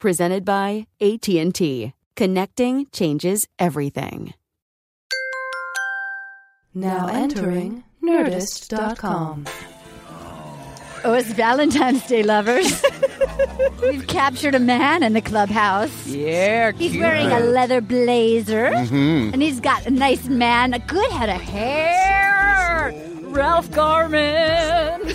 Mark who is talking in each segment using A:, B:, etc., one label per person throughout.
A: Presented by AT&T. Connecting changes everything.
B: Now entering Nerdist.com.
C: Oh, it's Valentine's Day, lovers. We've captured a man in the clubhouse.
D: Yeah,
C: He's wearing a leather blazer, and he's got a nice man, a good head of hair. Ralph Garman.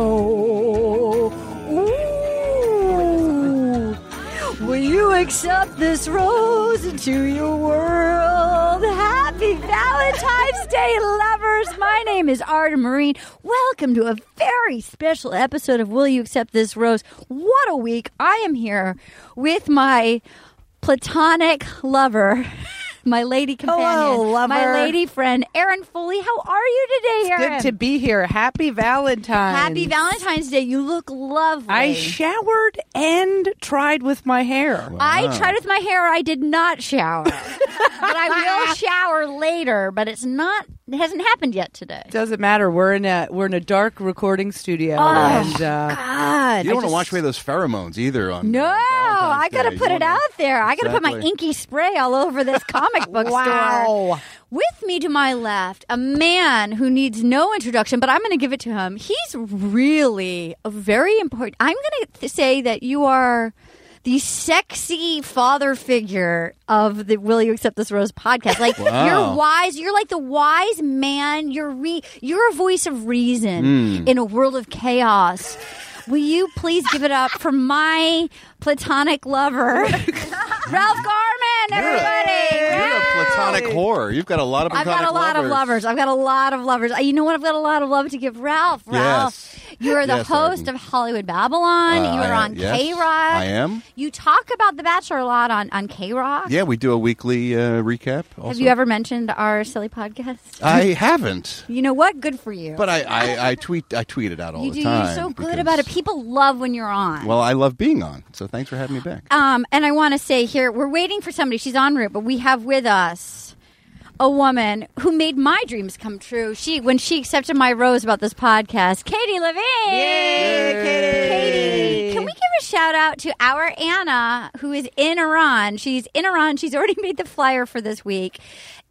C: Oh. Ooh. Will you accept this rose into your world? Happy Valentine's Day, lovers! My name is Arda Marine. Welcome to a very special episode of Will You Accept This Rose? What a week! I am here with my platonic lover. My lady companion, my
D: lover.
C: lady friend, Erin Foley. How are you today, Erin?
D: Good to be here. Happy Valentine.
C: Happy Valentine's Day. You look lovely.
D: I showered and tried with my hair.
C: I tried with my hair. I did not shower, but I will shower later. But it's not. It hasn't happened yet today.
D: Doesn't matter. We're in a we're in a dark recording studio, and uh,
C: Oh, God,
E: You don't want
C: I
E: to wash
C: just-
E: away those pheromones either. On uh,
C: No, I got to put it out there. I got to put my
E: Exactly.
C: inky spray all over this comic book
D: Wow.
C: store. With me to my left, a man who needs no introduction, but I'm going to give it to him. He's really a very important. I'm going to say that you are the sexy father figure of the Will You Accept This Rose podcast. Like
E: Wow.
C: you're wise. You're like the wise man. You're re- you're a voice of reason
E: Hmm.
C: in a world of chaos. Will you please give it up for my platonic lover, Ralph Garman? Everybody,
E: You're a platonic whore. You've got a lot of.
C: I've got a
E: platonic
C: lot
E: lovers.
C: of lovers. I've got a lot of lovers. Uh, You know what? I've got a lot of love to give Ralph. Ralph, you are the
E: Yes,
C: host
E: Arden.
C: of Hollywood Babylon.
E: Uh,
C: you are
E: I-
C: on
E: yes,
C: K Rock.
E: I am.
C: You talk about The Bachelor a lot on, on K Rock.
E: Yeah, we do a weekly uh, recap. Also.
C: Have you ever mentioned our silly podcast?
E: I haven't,
C: You know what? Good for you.
E: but I, I, I tweet I tweet it out all
C: you
E: the
C: do.
E: time.
C: You're so good
E: because-
C: about it. People love when you're on.
E: Well, I love being on, so thanks for having me back.
C: Um, and I want to say here, we're waiting for somebody. She's en route, but we have with us a woman who made my dreams come true. She when she accepted my rose about this podcast, Katie Levine. Katie. Can we give a shout out to our Anna, who is in Iran? She's in Iran. She's already made the flyer for this week.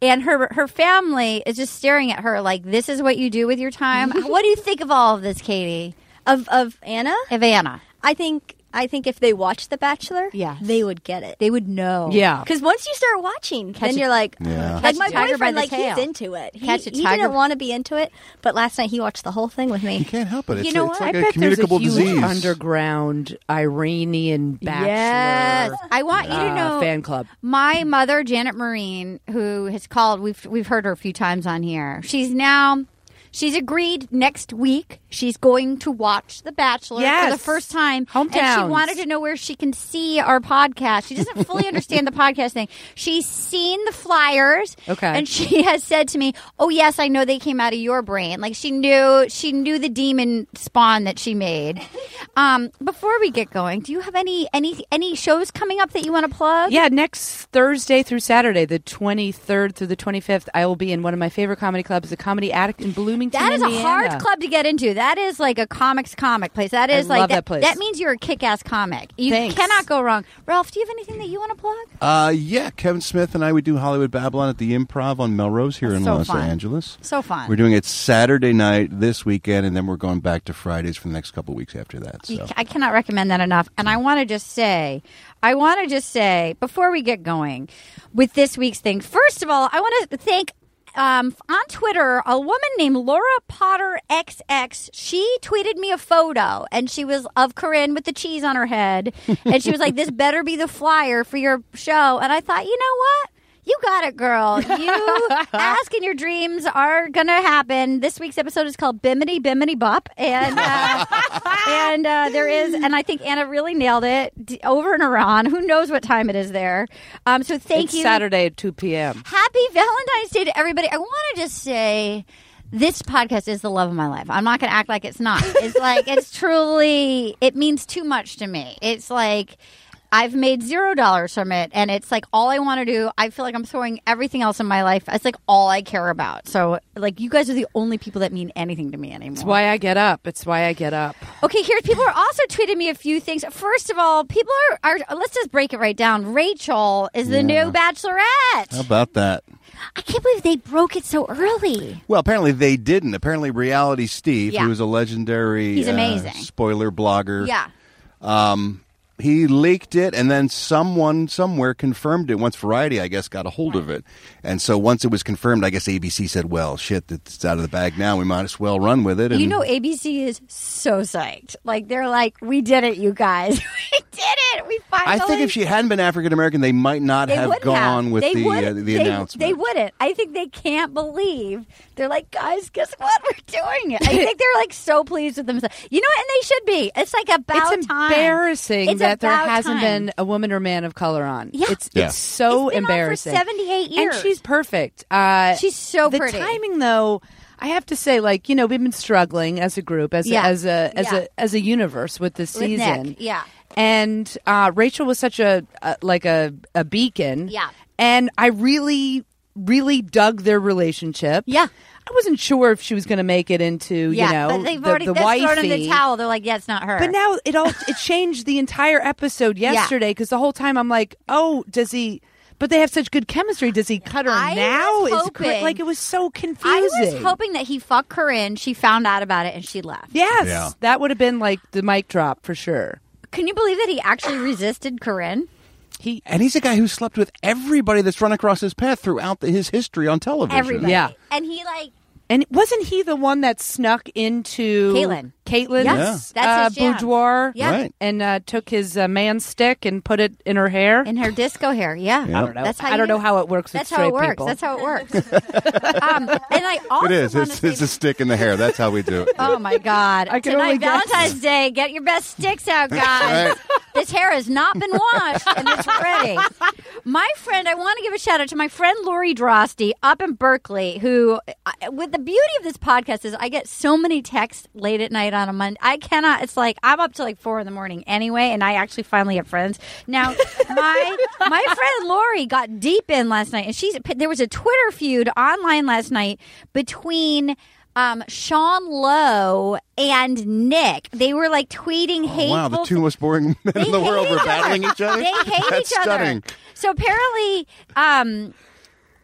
C: And her her family is just staring at her like, this is what you do with your time. what do you think of all of this, Katie?
F: of of Anna.
C: Of Anna.
F: I think I think if they watched The Bachelor,
C: Yes.
F: they would get it.
C: They would know.
D: yeah,
F: Because once you start watching,
C: Catch
F: then
C: a-
F: you're like,
E: Yeah.
F: like
C: Catch a
F: my
C: tiger by
F: boyfriend,
C: the
F: like
C: tail.
F: he's into it. He,
C: Catch a
F: he
C: tiger-
F: didn't want to be into it, but last night he watched the whole thing with me.
E: You can't help it. It's,
C: You know what?
E: it's like
C: I
E: a
C: bet
D: there's a
E: communicable
D: huge
E: disease.
D: underground Iranian bachelor.
C: Yes, I want you to
D: uh,
C: know
D: fan club.
C: My mother, Janet Marine, who has called, we've we've heard her a few times on here. She's now She's agreed next week she's going to watch The Bachelor for
D: Yes.
C: the first time. And she
D: Hometowns.
C: wanted to know where she can see our podcast. She doesn't fully understand the podcast thing. She's seen the flyers.
D: Okay.
C: And she has said to me, Oh yes, I know they came out of your brain. Like she knew she knew the demon spawn that she made. Um, before we get going, do you have any any any shows coming up that you want to plug?
D: Yeah, next Thursday through Saturday, the 23rd through the 25th, I will be in one of my favorite comedy clubs, the Comedy Attic in Bloomington.
C: That is a hard
D: Indiana.
C: club to get into. That is like a comics comic place. That is like
D: love that place.
C: means you're a kick-ass comic. You
D: Thanks.
C: cannot go wrong. Ralph, do you have anything that you want to plug?
E: Uh, yeah, Kevin Smith and I would do Hollywood Babylon at the Improv on Melrose here in
C: so
E: Los
C: fun.
E: Angeles.
C: So fun.
E: We're doing it Saturday night this weekend, and then we're going back to Fridays for the next couple weeks after that.
C: You-
E: So Mm.
C: I cannot recommend that enough. And I want to just say, I want to just say before we get going with this week's thing. First of all, I want to thank. Um, on Twitter, a woman named Laura Potter XX, she tweeted me a photo and she was of Corinne with the cheese on her head. And she was like, This better be the flyer for your show. And I thought, you know what? You got it, girl. You ask and your dreams are going to happen. This week's episode is called Bimini Bimini Bop. And, uh, and uh, there is, and I think Anna really nailed it D- over in Iran. Who knows what time it is there? Um, so thank
D: It's
C: you.
D: Saturday at 2 p.m.
C: Happy Valentine's Day to everybody. I want to just say this podcast is the love of my life. I'm not going to act like it's not. It's like, it's truly, it means too much to me. It's like, I've made zero dollars from it, and it's like all I want to do. I feel like I'm throwing everything else in my life. It's like all I care about. So, like, you guys are the only people that mean anything to me anymore.
D: It's why I get up. It's why I get up.
C: Okay, here's people are also tweeting me a few things. First of all, people are, are let's just break it right down. Rachel is the new Bachelorette.
E: how about that?
C: I can't believe they broke it so early.
E: Well, apparently they didn't. Apparently, Reality Steve,
C: Yeah.
E: who is a legendary,
C: He's
E: uh,
C: amazing.
E: spoiler blogger.
C: Yeah.
E: Um, he leaked it, and then someone somewhere confirmed it. Once Variety, I guess, got a hold of it, and so once it was confirmed, I guess ABC said, "Well, shit, it's out of the bag now. We might as well run with it." And
C: You know, ABC is so psyched. Like they're like, we did it, you guys. we did it. We finally.
E: I think if she hadn't been African American, they might not
C: they
E: have
C: would
E: gone
C: have.
E: with
C: They
E: the
C: would-
E: uh, the
C: they,
E: announcement.
C: They wouldn't. I think they can't believe they're like, guys, guess what? We're doing it. I think they're like so pleased with themselves. You know, what? and they should be. It's like about
D: it's
C: time.
D: embarrassing
C: It's
D: that there
C: about
D: hasn't
C: time.
D: been a woman or man of color on.
C: Yeah.
D: It's,
E: Yeah.
D: it's so
C: It's been on for
D: embarrassing.
C: 78 years.
D: And she's perfect. Uh,
C: She's so
D: the
C: pretty.
D: timing, though, I have to say, like, you know, we've been struggling as a group, as,
C: Yeah.
D: a, as, a, as,
C: Yeah.
D: a, as a universe with this
C: With Nick,
D: season.
C: yeah.
D: And uh, Rachel was such a, uh, like, a, a beacon.
C: Yeah.
D: And I really, really dug their relationship.
C: Yeah.
D: I wasn't sure if she was going to make it into,
C: Yeah,
D: you know,
C: but they've
D: the,
C: already
D: the
C: they've
D: wifey.
C: thrown in the towel. They're like, yeah, it's not her.
D: But now it all it changed the entire episode yesterday because the whole time I'm like, oh, does he? But they have such good chemistry. Does he cut her
C: I
D: now?
C: was
D: Is cra-
C: hoping-
D: like it was so
C: I
D: confusing.
C: was hoping that he fucked her in. She found out about it and she left.
D: Yes,
E: Yeah.
D: that would have been like the mic drop for sure.
C: Can you believe that he actually resisted Corinne?
D: He
E: and he's a guy who slept with everybody that's run across his path throughout the, his history on television.
C: Everybody.
D: Yeah.
C: And he like
D: and wasn't he the one that snuck into
C: Caitlyn.
D: Caitlin's
C: Yes, Yeah. that's his
D: uh,
C: jam.
D: boudoir,
C: Yeah.
E: Right.
D: and uh, took his uh, man stick and put it in her hair.
C: in her disco hair. Yeah.
E: I don't
D: I don't know.
C: That's how
D: I don't
C: you-
D: know how it works with
C: That's
D: straight
C: how it works.
D: people.
C: That's how it works. um, and I also
E: It is.
C: wanna
E: It's,
C: say
E: it's a stick in the hair. That's how we do it.
C: Oh my God!
D: I can
C: Tonight,
D: only guess.
C: Valentine's Day. Get your best sticks out, guys.
E: Right.
C: This hair has not been washed and it's ready. My friend, I want to give a shout out to my friend Lori Drosty up in Berkeley, who, I- with the beauty of this podcast, is I get so many texts late at night on a Monday. I cannot. It's like I'm up till like four in the morning anyway, and I actually finally have friends now. My my friend Lori got deep in last night, and she's there was a Twitter feud online last night between um, Sean Lowe and Nick. They were like tweeting hateful.
E: Oh, wow, the two most boring men
C: They
E: in the
C: hate
E: world were
C: each other.
E: battling each other.
C: They hate
E: That's
C: each other.
E: stunning.
C: So apparently, um,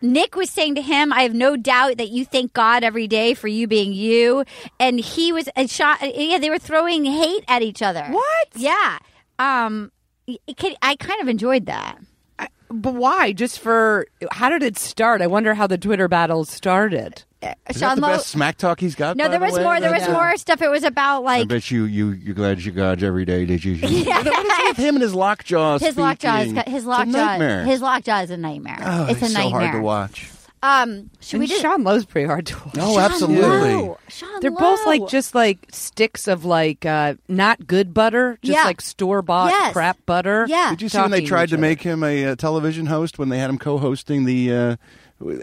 C: Nick was saying to him, "I have no doubt that you thank God every day for you being you." And he was and shot. Yeah, they were throwing hate at each other.
D: What?
C: Yeah. Um, it can, I kind of enjoyed that.
D: But why? Just for how did it start? I wonder how the Twitter battle started.
E: Is that the
C: Lowe-
E: best smack talk he's got?
C: No,
E: by
C: there
E: the
C: was
E: way?
C: more. There
E: Right
C: was
E: now?
C: more stuff. It was about
E: I
C: like
E: bet you you you glad you got every day, did you? What is it with him and his lockjaw?
C: his lockjaw. Is,
E: speaking?
C: his
E: It's a
C: lockjaw.
E: nightmare.
C: His lockjaw is a nightmare.
E: Oh,
C: it's a
E: he's so
C: nightmare.
E: hard to watch.
C: Um, should
D: and
C: we do
D: Sean Lowe's pretty hard to watch.
E: No,
F: Sean
E: Oh, absolutely.
F: Lowe. Sean
D: They're both like
F: Lowe.
D: just like sticks of like uh, not good butter, just
C: Yeah.
D: like store bought
C: Yes.
D: crap butter.
C: Yeah.
E: Did you see when they
D: Ah, Talking
E: tried
D: each
E: to
D: other.
E: make him a uh, television host when they had him co-hosting the uh,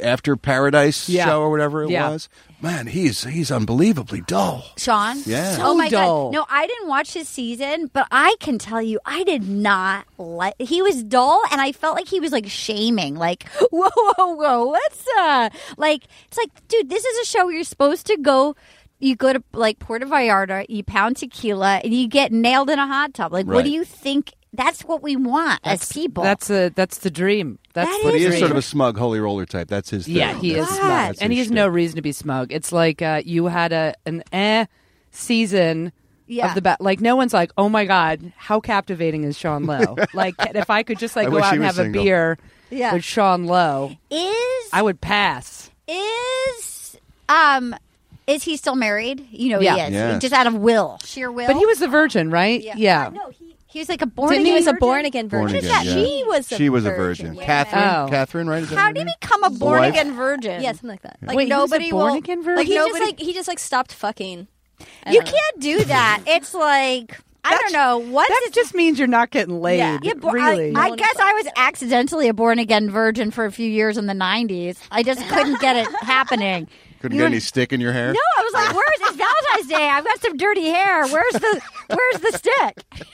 E: After Paradise
D: Yeah.
E: show or whatever it
D: Yeah.
E: was? Man, he's he's unbelievably dull.
C: Sean?
E: Yeah.
C: oh
D: So
C: my
D: dull.
C: god. No, I didn't watch his season, but I can tell you, I did not like. He was dull, and I felt like he was like shaming, like whoa, whoa, whoa, what's uh, like it's like, dude, this is a show where you're supposed to go. You go to like Puerto Vallarta, you pound tequila, and you get nailed in a hot tub. Like, what
E: Right.
C: do you think? That's what we want as people.
D: That's a that's the dream. That's
C: That
D: the
E: But he
D: dream.
E: is sort of a smug holy roller type. That's his. Thing.
D: yeah, he is
E: That's his-
D: smug,
E: that's
D: and he
E: his
D: has no
E: shtick.
D: reason to be smug. It's like uh, you had a an eh season.
C: Yeah.
D: Of the bat, like no one's like, oh my god, how captivating is Sean Lowe? like, if I could just like
E: I
D: go
E: wish
D: out
E: he
D: and
E: was
D: have
E: single.
D: a beer
C: Yeah.
D: with Sean Lowe,
C: is
D: I would pass.
C: is um is he still married? You know he
D: Yeah.
C: is.
E: Yes.
C: Just out of will, sheer will.
D: But he was a virgin, right?
C: Oh. Yeah.
D: Yeah.
C: No, he, he was like a born
F: Didn't
C: again.
F: he was a
C: virgin?
F: born again
E: Born
F: virgin.
E: again, yeah.
F: She was. A
E: She was a
F: virgin.
E: virgin.
F: Yeah.
E: Catherine.
D: Oh.
E: Catherine, right? Is that
C: How
E: her
C: did he
E: name?
C: become a born
E: wife?
C: again virgin?
F: Yeah, something like that.
C: Like
F: Like
D: Wait, he was a
C: nobody
D: born
C: will.
D: again
F: Like he
D: virgin?
F: just like he just like stopped fucking. I
C: you
F: don't know.
C: can't do that. It's like I don't know what
D: that just means you're not getting laid.
F: Yeah.
C: Yeah, bo-
D: really.
C: I, I guess I was accidentally a born again virgin for a few years in the '90s. I just couldn't get it happening.
E: Couldn't
C: You
E: get
C: and-
E: any stick in your hair.
C: No, I was like, "Where's it's Valentine's Day? I've got some dirty hair. Where's the Where's the stick?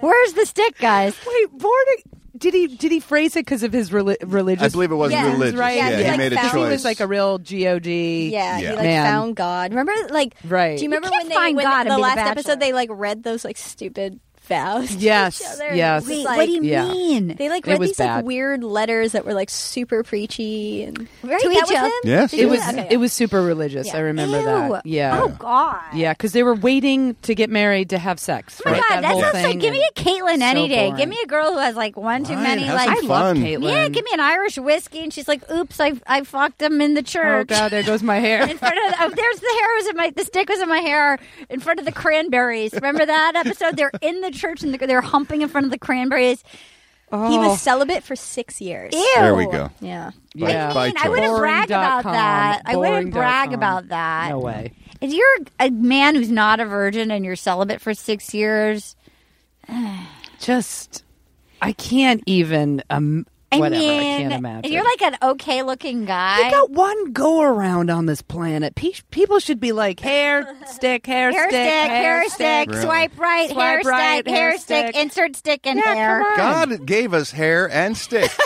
C: Where's the stick, guys?
D: Wait, born ag- did he did he phrase it because of his reli- religious?
E: I believe it was
F: Yeah.
E: religious.
D: Right.
E: Yeah,
D: Yeah,
E: he
D: like
E: made a
F: found-
E: choice.
F: He
D: he was like a real god.
F: Yeah, he
E: Yeah.
F: like
D: Man.
F: found God. Remember, like,
D: Right.
F: do
D: You
F: you remember
C: can't
F: when they
C: find
F: when
C: God and
F: the
C: be The
F: last
C: Bachelor.
F: episode they like read those like stupid vows? to each
D: Yes,
F: other? And it
D: yes.
F: was,
C: Wait,
F: like-
C: what do you
D: Yeah.
C: mean?
F: They like
D: It
F: read
D: was
F: these
D: bad.
F: like weird letters that were like super preachy and
C: Right,
F: to
C: that
F: each
C: was
F: other.
C: him?
E: Yes.
F: Did
D: It
F: you-
D: was
F: okay.
D: it was super religious. I remember that.
C: Ew.
D: Yeah.
C: Oh God.
D: Yeah, because they were waiting to get married to have sex.
C: Oh my
D: right?
C: God, that,
D: whole
C: sounds
D: thing
C: like. Give me a Caitlyn
D: so
C: any day.
D: boring.
C: Give me a girl who has like one too
E: Right,
C: many.
E: have
C: Like
E: some
D: I love
E: fun.
D: Caitlyn.
C: yeah, give me an Irish whiskey, and she's like, "Oops, I I fucked him in the
D: Oh
C: church."
D: god, there goes my hair.
C: In front of the, oh, there's the hair was in my the stick was in my hair in front of the cranberries. Remember that episode? They're in the church and they're humping in front of the cranberries.
F: He
D: Oh.
C: Oh.
F: was celibate for six years.
C: Ew.
E: There we go.
F: Yeah.
E: Yeah. By
C: I mean, I wouldn't
E: choice.
C: brag about
D: Boring.com.
C: that. I wouldn't
D: Boring.com.
C: brag about that.
D: No way.
C: If you're a man who's not a virgin and you're celibate for six years,
D: Just I can't even um
C: I
D: whatever.
C: mean,
D: I can't imagine.
C: and you're like an okay looking guy.
D: We got one go around on this planet. Pe- people should be like hair stick, hair,
C: hair stick, hair stick,
E: Really?
C: swipe right,
D: Swipe
C: hair
D: right,
C: stick, hair
D: hair
C: stick,
D: stick.
C: insert stick and
D: Yeah,
C: hair.
D: come
E: God gave us hair and stick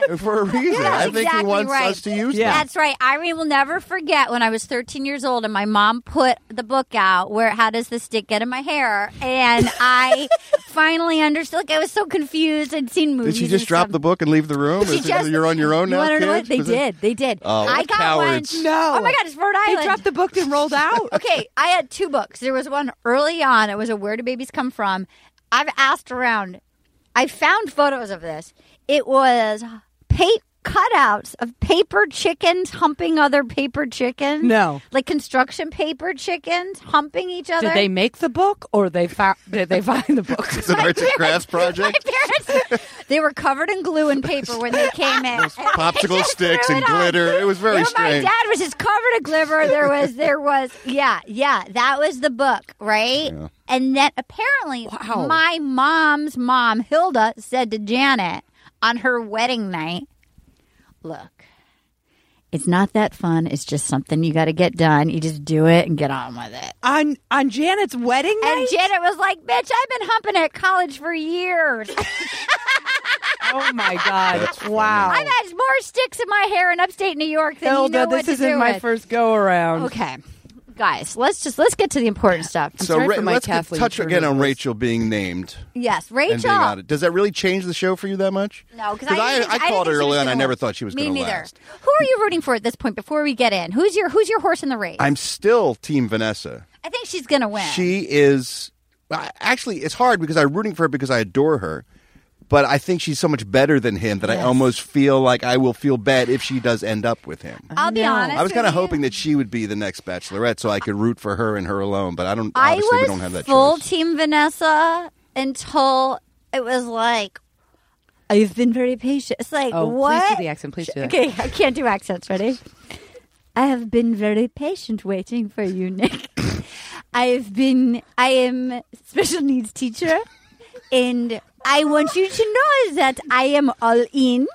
C: For a reason.
E: for a reason.
C: Yeah,
E: I think he
C: exactly
E: wants
C: right.
E: us to use
D: Yeah.
E: that.
C: That's right. Irene will never forget when I was 13 years old and my mom put the book out where how does the stick get in my hair? And I finally understood. Like I was so confused. I'd seen movies.
E: Did she just drop the book and leave the room?
C: She
E: Is it-
C: just-
E: you're on your own
C: You
E: now,
C: wanna know what?
E: kids?
C: They
E: Was it-
C: did. They did.
E: Oh,
C: I
E: what
C: got
E: cowards.
C: one.
D: No.
C: Oh my god, it's Rhode
D: They
C: Island.
D: dropped the book and rolled out.
C: okay, I had two books. There was one early on. It was a Where Do Babies Come From. I've asked around. I found photos of this. It was pa- cutouts of paper chickens humping other paper chickens.
D: No.
C: like construction paper chickens humping each other.
D: Did they make the book or they found did they find the book?
E: It's an arts and crafts
C: My
E: project.
C: parents, they were covered in glue and paper when they came in. They
E: Popsicle
C: just
E: sticks
C: threw
E: and
C: it on.
E: glitter. It was very
C: You know,
E: strange.
C: My dad was just covered in glitter. There was, there was, yeah, yeah. That was the book, right?
E: Yeah.
C: And then apparently,
D: Wow.
C: my mom's mom, Hilda, said to Janet on her wedding night, "Look." It's not that fun. It's just something you got to get done. You just do it and get on with it.
D: on on Janet's wedding night.
C: And Janet was like, "Bitch, I've been humping at college for years.
D: oh my god! Wow,
C: I've had more sticks in my hair in upstate New York than
D: Hilda,
C: you know what
D: this
C: to
D: isn't
C: do
D: my
C: with."
D: first go around.
C: Okay, guys, let's just let's get to the important stuff.
D: So- sorry
E: Ra-
D: for my
E: let's get-
D: Kathleen
E: touch
D: Turner
E: again on
D: voice.
E: Rachel being named
C: yes,
E: and being
C: Rachel.
E: outed. Does that really change the show for you that much?
C: No, because
E: I,
C: I,
E: I called her early on.
C: and
E: I never thought she was
C: Me
E: going to
C: neither.
E: last.
C: Who are you rooting for at this point? Before we get in, who's your who's your horse in the race?
E: I'm still Team Vanessa.
C: I think she's going to win.
E: She is I- actually it's hard because I'm rooting for her because I adore her, but I think she's so much better than him that I almost feel like I will feel bad if she does end up with him.
C: I'll be
D: No.
C: honest.
E: I was
C: kind of
E: hoping that she would be the next Bachelorette, so I could root for her and her alone. But I don't.
C: I
E: obviously,
C: was
E: we don't have that
C: full
E: choice.
C: team Vanessa until it was like I've been very patient. It's like
D: Oh, please do
C: what?
D: the accent, please do it.
C: Okay, I can't do accents. Ready? I have been very patient waiting for you, Nick. I've been. I am special needs teacher, and I want you to know that I am all in,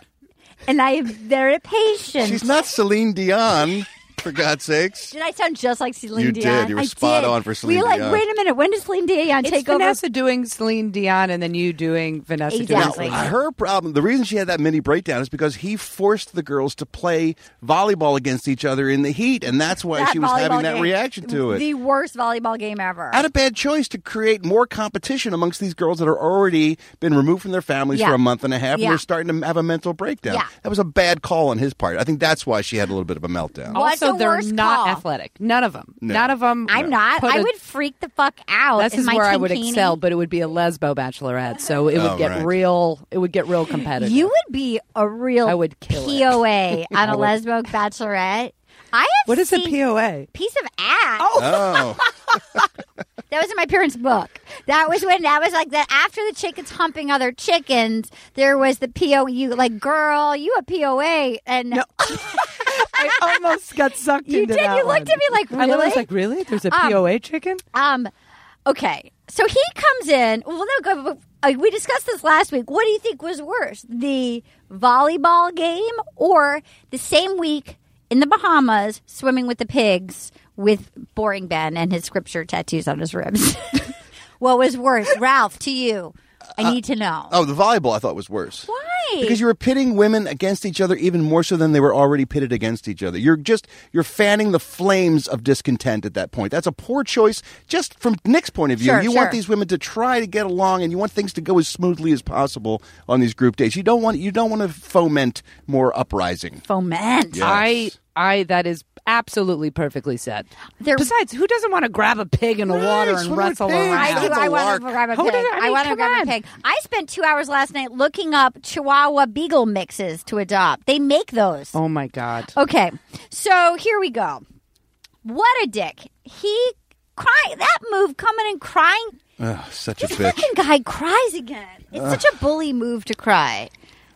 C: and I am very patient.
E: She's not Celine Dion, for God's sakes.
C: Did I sound just like Celine
E: You did.
C: Dion?
E: You were
C: I
E: spot
C: did.
E: on for Celine
C: We were like,
E: Dion.
C: wait a minute. When does Celine Dion
D: It's
C: take
D: Vanessa doing Celine Dion and then you doing Vanessa doing
C: Exactly.
D: Celine.
C: Now,
E: Her problem, the reason she had that mini breakdown is because he forced the girls to play volleyball against each other in the heat, and that's why
C: over? That
E: she was having
C: volleyball
E: that
C: game.
E: reaction to it.
C: The worst volleyball game ever.
E: Not a bad choice to create more competition amongst these girls that are already been removed from their families
C: Yeah.
E: for a month and a half,
C: Yeah.
E: and they're starting to have a mental breakdown.
C: Yeah.
E: That was a bad call on his part. I think that's why she had a little bit of a meltdown.
C: What's
D: also,
C: the
D: they're
C: worst
D: not
C: call?
D: athletic. None of them.
E: No.
D: None of them.
C: I'm not.
D: put
C: I
D: a-
C: would freak the fuck out.
D: This
C: in
D: is
C: my
D: where I would
C: tankini.
D: excel, but it would be a lesbo bachelorette, so it would
E: Oh,
D: get
E: right.
D: real. It would get real competitive.
C: You would be a real
D: I would kill it.
C: POA on a lesbo bachelorette. I have
D: What is a
C: seen
D: POA?
C: piece of ass.
E: Oh,
C: That was in my parents' book. That was when that was like that after the chickens humping other chickens, there was the POU like girl, you a POA and
D: I almost got sucked
C: You
D: into
C: did.
D: that
C: You looked
D: one.
C: at me like,
D: I
C: really?
D: was like, really? There's a
C: Um,
D: POA chicken?
C: Um, okay. So he comes in. Well, no, go. uh, We discussed this last week. What do you think was worse, the volleyball game or the same week in the Bahamas swimming with the pigs with Boring Ben and his scripture tattoos on his ribs? what was worse, Ralph? To you, I need to know.
E: oh, the volleyball I thought was worse.
D: Uh,
C: Why?
E: Because you were pitting women against each other even more so than they were already pitted against each other. You're just you're fanning the flames of discontent at that point. That's a poor choice just from Nick's point of view.
C: Sure,
E: you
C: sure.
E: want these women to try to get along and you want things to go as smoothly as possible on these group dates. You don't want you don't want to foment more uprising.
C: foment.
E: Yeah.
D: I, I. That is absolutely perfectly said.
C: There-
D: Besides, who doesn't want to grab a pig in the water
E: Right,
D: and
E: swim with
D: wrestle
E: pigs.
D: around?
C: I do.
E: That's a
C: I
E: lark.
C: want to grab a
D: Who
C: pig.
D: did- I mean,
C: want to
D: come
C: grab
D: on.
C: a pig. I spent two hours last night looking up Chihuahua Beagle mixes to adopt. They make those.
D: Oh my god.
C: Okay, so here we go. What a dick. He crying that move coming and crying.
E: Ugh, such a
C: This
E: bitch.
C: fucking guy cries again. It's such a bully move to cry.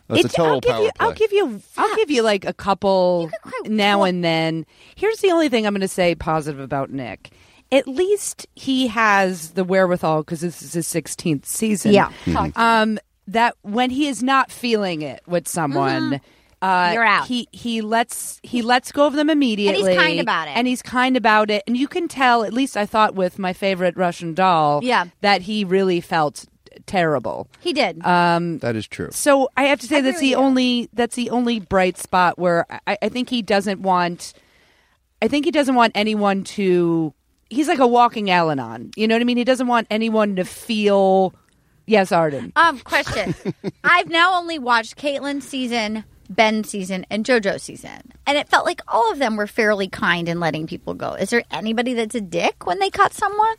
E: That's
D: It's-
E: a total
D: I'll give
E: power
D: you,
E: play.
D: I'll give you. I'll give you like a couple
C: could quite
D: now
C: well-
D: and then. Here's the only thing I'm going to say positive about Nick. At least he has the wherewithal because this is his 16th season.
C: Yeah.
E: Hmm.
D: Um. That when he is not feeling it with someone. Uh,
C: Mm-hmm. You're out.
D: He he lets he lets go of them immediately,
C: kind about it.
D: and he's kind about it, and you can tell. At least I thought with my favorite Russian doll,
C: Yeah.
D: that he really felt terrible.
C: He did.
D: Uh,
E: that is true.
D: So I have to say that's
C: agree
D: the
C: with you.
D: only that's the only bright spot where I, I think he doesn't want. I think he doesn't want anyone to. He's like a walking Al-Anon. You know what I mean? He doesn't want anyone to feel. Yes, Arden.
C: um, question. I've now only watched Caitlyn's season, Ben's season, and JoJo's season, and it felt like all of them were fairly kind in letting people go. Is there anybody that's a dick when they caught someone?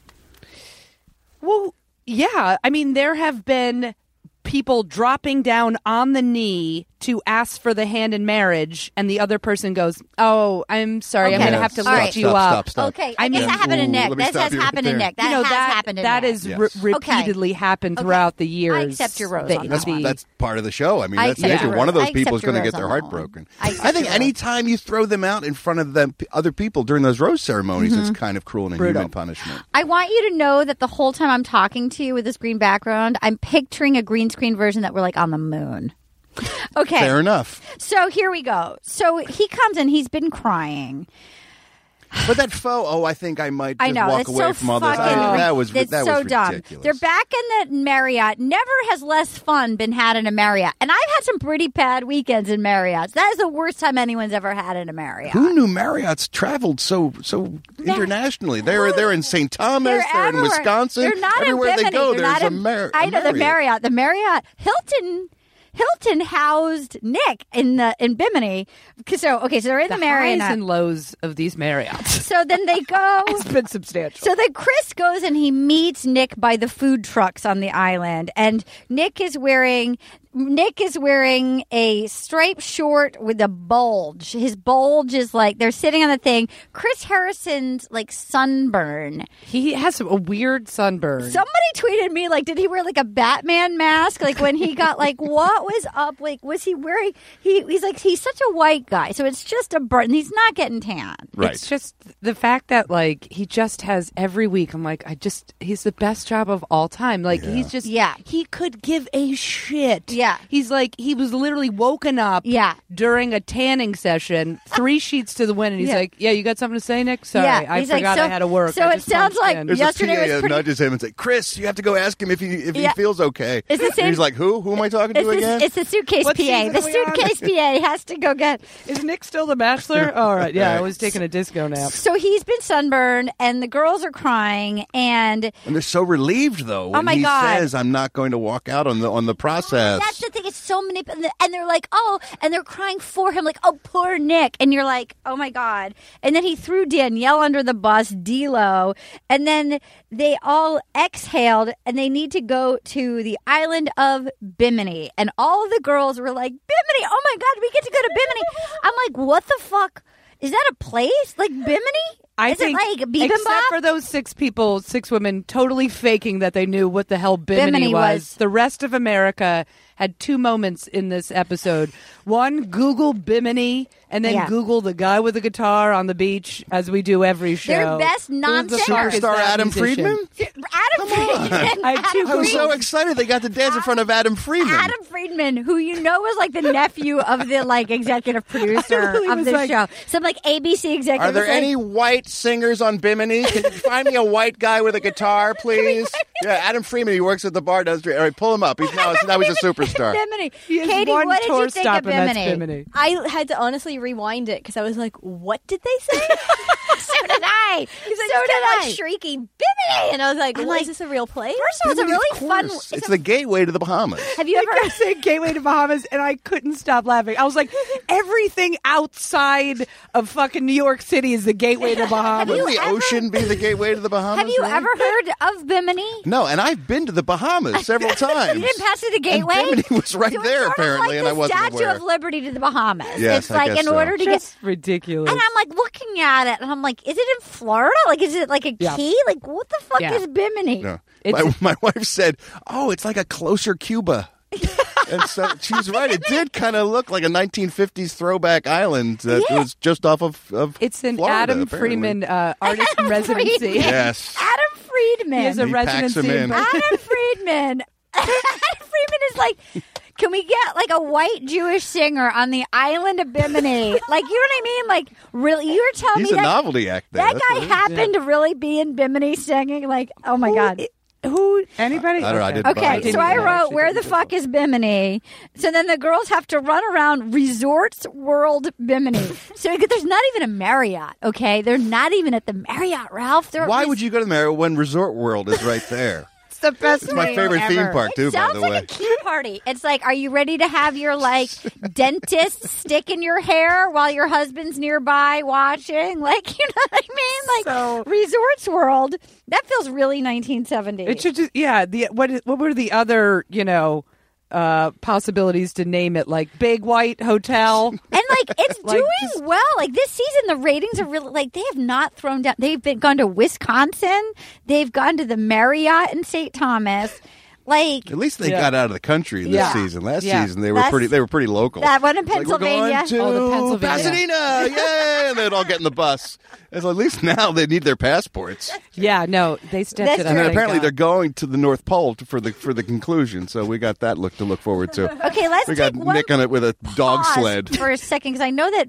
D: Well, yeah. I mean, there have been people dropping down on the knee to ask for the hand in marriage, and the other person goes, "Oh, I'm sorry, I'm
C: Okay.
D: going to have to
C: All
D: lift
C: right.
D: you
E: stop, Stop,
D: up."
E: stop.
C: Okay, I,
D: I
C: guess
D: mean-
C: that happened to
E: Ooh,
C: Nick.
E: let me
C: This
E: stop
C: has
E: you right
C: happened to
E: there.
C: Nick. That
D: you know
C: has
D: that
C: happened to
D: that
C: Nick.
D: is
E: Yes.
D: re-
C: Okay.
D: repeatedly happened throughout the years.
C: I accept your rose
D: that
C: on that
E: That's,
C: one.
E: that's part of the show. I mean,
C: I
E: that's
C: accept
E: nature.
C: your
E: One of
C: rose.
E: those
C: I
E: people
C: accept
E: is
C: your
E: going to
C: rose
E: get their
C: on
E: heart
C: that one.
E: broken.
C: I
E: I,
C: accept
E: think
C: your rose.
E: anytime you throw them out in front of them, other people during those rose ceremonies,
C: Mm-hmm.
E: it's kind of cruel and inhuman punishment.
C: I want you to know that the whole time I'm talking to you with this green background, I'm picturing a green screen version that we're like on the moon. Okay.
E: Fair enough.
C: So here we go. So he comes in, he's been crying.
E: But that faux, oh, I think I might just
C: I know.
E: walk
C: that's
E: away
C: so
E: from all this.
C: fucking.
E: I- that was
C: that's
E: that
C: so
E: was
C: dumb.
E: ridiculous.
C: They're back in the Marriott. Never has less fun been had in a Marriott, and I've had some pretty bad weekends in Marriotts. That is the worst time anyone's ever had in a Marriott.
E: Who knew Marriott's traveled so so internationally? They're they're in St. Thomas, they're, in
C: everywhere.
E: Wisconsin,
C: They're not
E: everywhere
C: in Bimini.
E: they go.
C: They're
E: there's
C: not
E: a
C: in,
E: Mar-
C: I know the Marriott. The Marriott Hilton. Hilton housed Nick in the in Bimini. 'Cause So okay, so they're in the, Marriott.
D: highs and lows of these Marriotts.
C: so then they go.
D: it's been substantial.
C: So then Chris goes and he meets Nick by the food trucks on the island, and Nick is wearing Nick is wearing a striped short with a bulge. His bulge is like they're sitting on the thing. Chris Harrison's like sunburn.
D: He has a weird sunburn.
C: Somebody tweeted me like, did he wear like a Batman mask? Like when he got like, what was up? Like was he wearing? He he's like he's such a white guy, so it's just a burn. He's not getting tan.
E: Right.
D: It's just the fact that like he just has every week. I'm like, I just he's the best job of all time. Like he's just
C: Yeah.
D: He could give a shit.
C: Yeah.
D: He's like he was literally woken up.
C: Yeah.
D: During a tanning session, three sheets to the wind, and he's
C: Yeah.
D: like, "Yeah, you got something to say, Nick? Sorry,
C: Yeah.
D: I
C: He's like,
D: forgot
C: so-
D: I had to work."
C: so
D: I
C: it
D: just
C: sounds
D: punched
C: like
D: in."
E: There's
C: Yesterday
E: a
C: was
E: PA that
C: pretty-
E: nudges him and says, "Chris, you have to go ask him if he if
C: Yeah.
E: he feels okay."
C: It's the
E: And
C: same-
E: he's like, "Who? Who am I talking
C: It's
E: to
C: the,
E: again?"
C: it's the suitcase
D: What
C: PA.
D: season
C: The
D: are we on?
C: suitcase PA has to go get.
D: Is Nick still the bachelor? All right. Yeah, I was taking a disco nap.
C: So he's been sunburned, and the girls are crying, and
E: and they're so relieved though when
C: Oh my
E: he
C: God. Oh,
E: says, "I'm not going to walk out on the on the process."
C: That's the thing. It's so many, and they're like, oh, and they're crying for him, like, oh, poor Nick. And you're like, oh my god. And then he threw Danielle under the bus, D'Lo, and then they all exhaled, and they need to go to the island of Bimini. And all of the girls were like, Bimini, oh my god, we get to go to Bimini. I'm like, what the fuck? Is that a place like Bimini?
D: I
C: Is
D: think,
C: it like
D: except
C: bibimbap?
D: for those six people, six women, totally faking that they knew what the hell Bimini,
C: Bimini was.
D: The rest of America had two moments in this episode. One, Google Bimini, and then
C: Yeah.
D: Google the guy with the guitar on the beach, as we do every show.
C: Their best
D: Who the
C: nonsense.
D: fuck is
E: Superstar
D: that
E: Adam
D: musician?
E: Friedman.
C: Adam Friedman.
D: I had two
E: I
C: Adam
E: was so
C: Friedman.
E: excited they got to dance in front of Adam Friedman.
C: Adam Friedman, who you know was like the nephew of the like executive producer
D: really
C: of
D: was
C: the
D: like-
C: show, some like ABC executive.
E: Are there
C: was like,
E: any white singers on Bimini? Can you find me a white guy with a guitar, please? Yeah, Adam Freeman. He works at the bar downstairs. All right, pull him up. He's now now he's a superstar.
C: Bimini.
D: He has
C: Katie,
D: one
C: what did
D: tour
C: you think
D: stop
C: of
D: and that's
C: Bimini?
D: Bimini.
F: I had to honestly rewind it because I was like, "What did they say?"
C: so did I. So did
F: Because I just kept,
C: I.
F: like shrieking Bimini, and I was like,
C: I'm
F: "What
C: like,
F: is this a real place?"
C: First of all, it's a
E: Bimini, of
C: really fun.
E: course.
C: It's
E: It's
C: a,
E: the gateway to the Bahamas.
C: have you
D: I
C: ever?
D: saying Gateway to Bahamas, and I couldn't stop laughing. I was like, everything outside of fucking New York City is the Gateway to Bahamas.
E: Wouldn't the ocean be the gateway to the Bahamas?
C: Have you
E: really?
C: ever heard of Bimini?
E: No, and I've been to the Bahamas several times.
C: You didn't pass through the
E: And
C: gateway.
E: Bimini was right
C: So it's
E: there
C: sort of
E: apparently,
C: like
E: and I
C: the
E: wasn't
C: Statue
E: aware.
C: of Liberty to the Bahamas.
E: Yes,
C: it's
E: I
C: like
E: guess
C: in
E: so.
C: order to get
D: Just ridiculous.
C: And I'm like looking at it, and I'm like, is it in Florida? Like, is it like a
D: Yeah.
C: key? Like, what the fuck
D: Yeah.
C: is Bimini?
E: No. My,
D: It's-
E: my wife said, "Oh, it's like a closer Cuba." and so she was right. It did kind of look like a 1950s throwback island that was just off of, of
D: It's an
E: Florida,
D: Adam
E: apparently.
D: Freeman uh, artist in
C: Adam
D: residency.
C: Friedman.
E: Yes.
C: Adam Friedman.
D: He has a
E: He packs
D: residency.
E: him in.
D: in Berkeley.
C: Adam Friedman. Adam Friedman is like, can we get like a white Jewish singer on the island of Bimini? like, you know what I mean? Like, really, you were telling
E: He's
C: me
E: a
C: that,
E: novelty act. There.
C: that
E: That's
C: guy
E: what it is.
C: happened to really be in Bimini singing? Like, oh my God.
D: Who? Anybody?
E: I don't know, I didn't buy
C: Okay,
E: it.
C: so
E: I
C: I
E: didn't
C: wrote, "Where the fuck is Bimini?" So then the girls have to run around Resorts World Bimini. so there's not even a Marriott. Okay, they're not even at the Marriott, Ralph. They're
E: Why would you go to the Marriott when Resort World is right there?
D: It's the best.
E: It's my favorite theme park too, by
C: Sounds
E: the
C: like
E: way.
C: a key party. It's like, are you ready to have your like dentist stick in your hair while your husband's nearby watching? Like, you know what I mean? Like
D: So-
C: Resorts World. That feels really 1970.
D: It should just yeah. The what? What were the other you know uh possibilities to name it? Like Big White Hotel.
C: And like it's
D: Like,
C: doing
D: just-
C: well. Like this season, the ratings are really like they have not thrown down. They've been gone to Wisconsin. They've gone to the Marriott in St. Thomas. Like
E: At least they
D: Yeah.
E: got out of the country this
D: Yeah.
E: season. Last
D: Yeah.
E: season they were
C: Last-
E: pretty. They were pretty local.
C: that one in
E: It's like, we're going
C: Pennsylvania.
E: to
D: Oh, the Pennsylvania.
E: Pasadena, yay! And they'd all get in the bus. And so at least now they need their passports.
D: yeah. No, they stepped
C: That's
D: it up.
E: And then
D: thank
E: apparently
D: God.
E: they're going to the North Pole to, for the for the conclusion. So we got that look to look forward to.
C: okay, let's
E: we got
C: take one
E: Nick on it with a dog
C: pause
E: sled.
C: for a second because I know that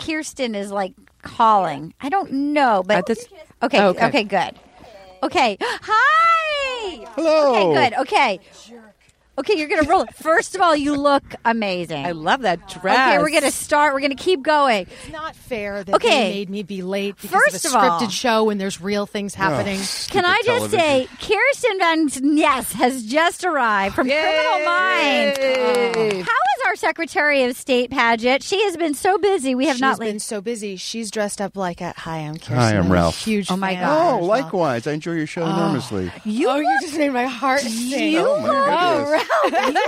C: Kirsten is like calling. I don't know, but
D: At this- Oh,
C: okay, okay,
D: Okay.
C: good. Okay, hi.
E: Hello.
C: Okay, good. Okay, okay, you're gonna roll. First of all, you look amazing.
D: I love that dress.
C: Okay, we're gonna start. We're gonna keep going.
G: It's not fair that
C: Okay.
G: they made me be late because
C: First of
G: of a scripted
C: all-
G: show and there's real things happening.
C: Can I just say, Kirsten Van Yes has just arrived from Criminal Minds. How is our our Secretary of State Paget. She has been so busy. We have
G: She's
C: not
G: been
C: leaked.
G: so busy. She's dressed up like a hi. I'm Kirsten.
E: Hi, I'm
G: a
E: Ralph.
G: Huge.
C: Oh, my
G: fan
C: God.
G: of
E: Oh,
G: yours, Ralph.
E: likewise. I enjoy your show enormously.
G: You oh, you just made my heart sing.
E: Oh, my
G: Wow,
E: goodness.
G: Ralph.
C: You said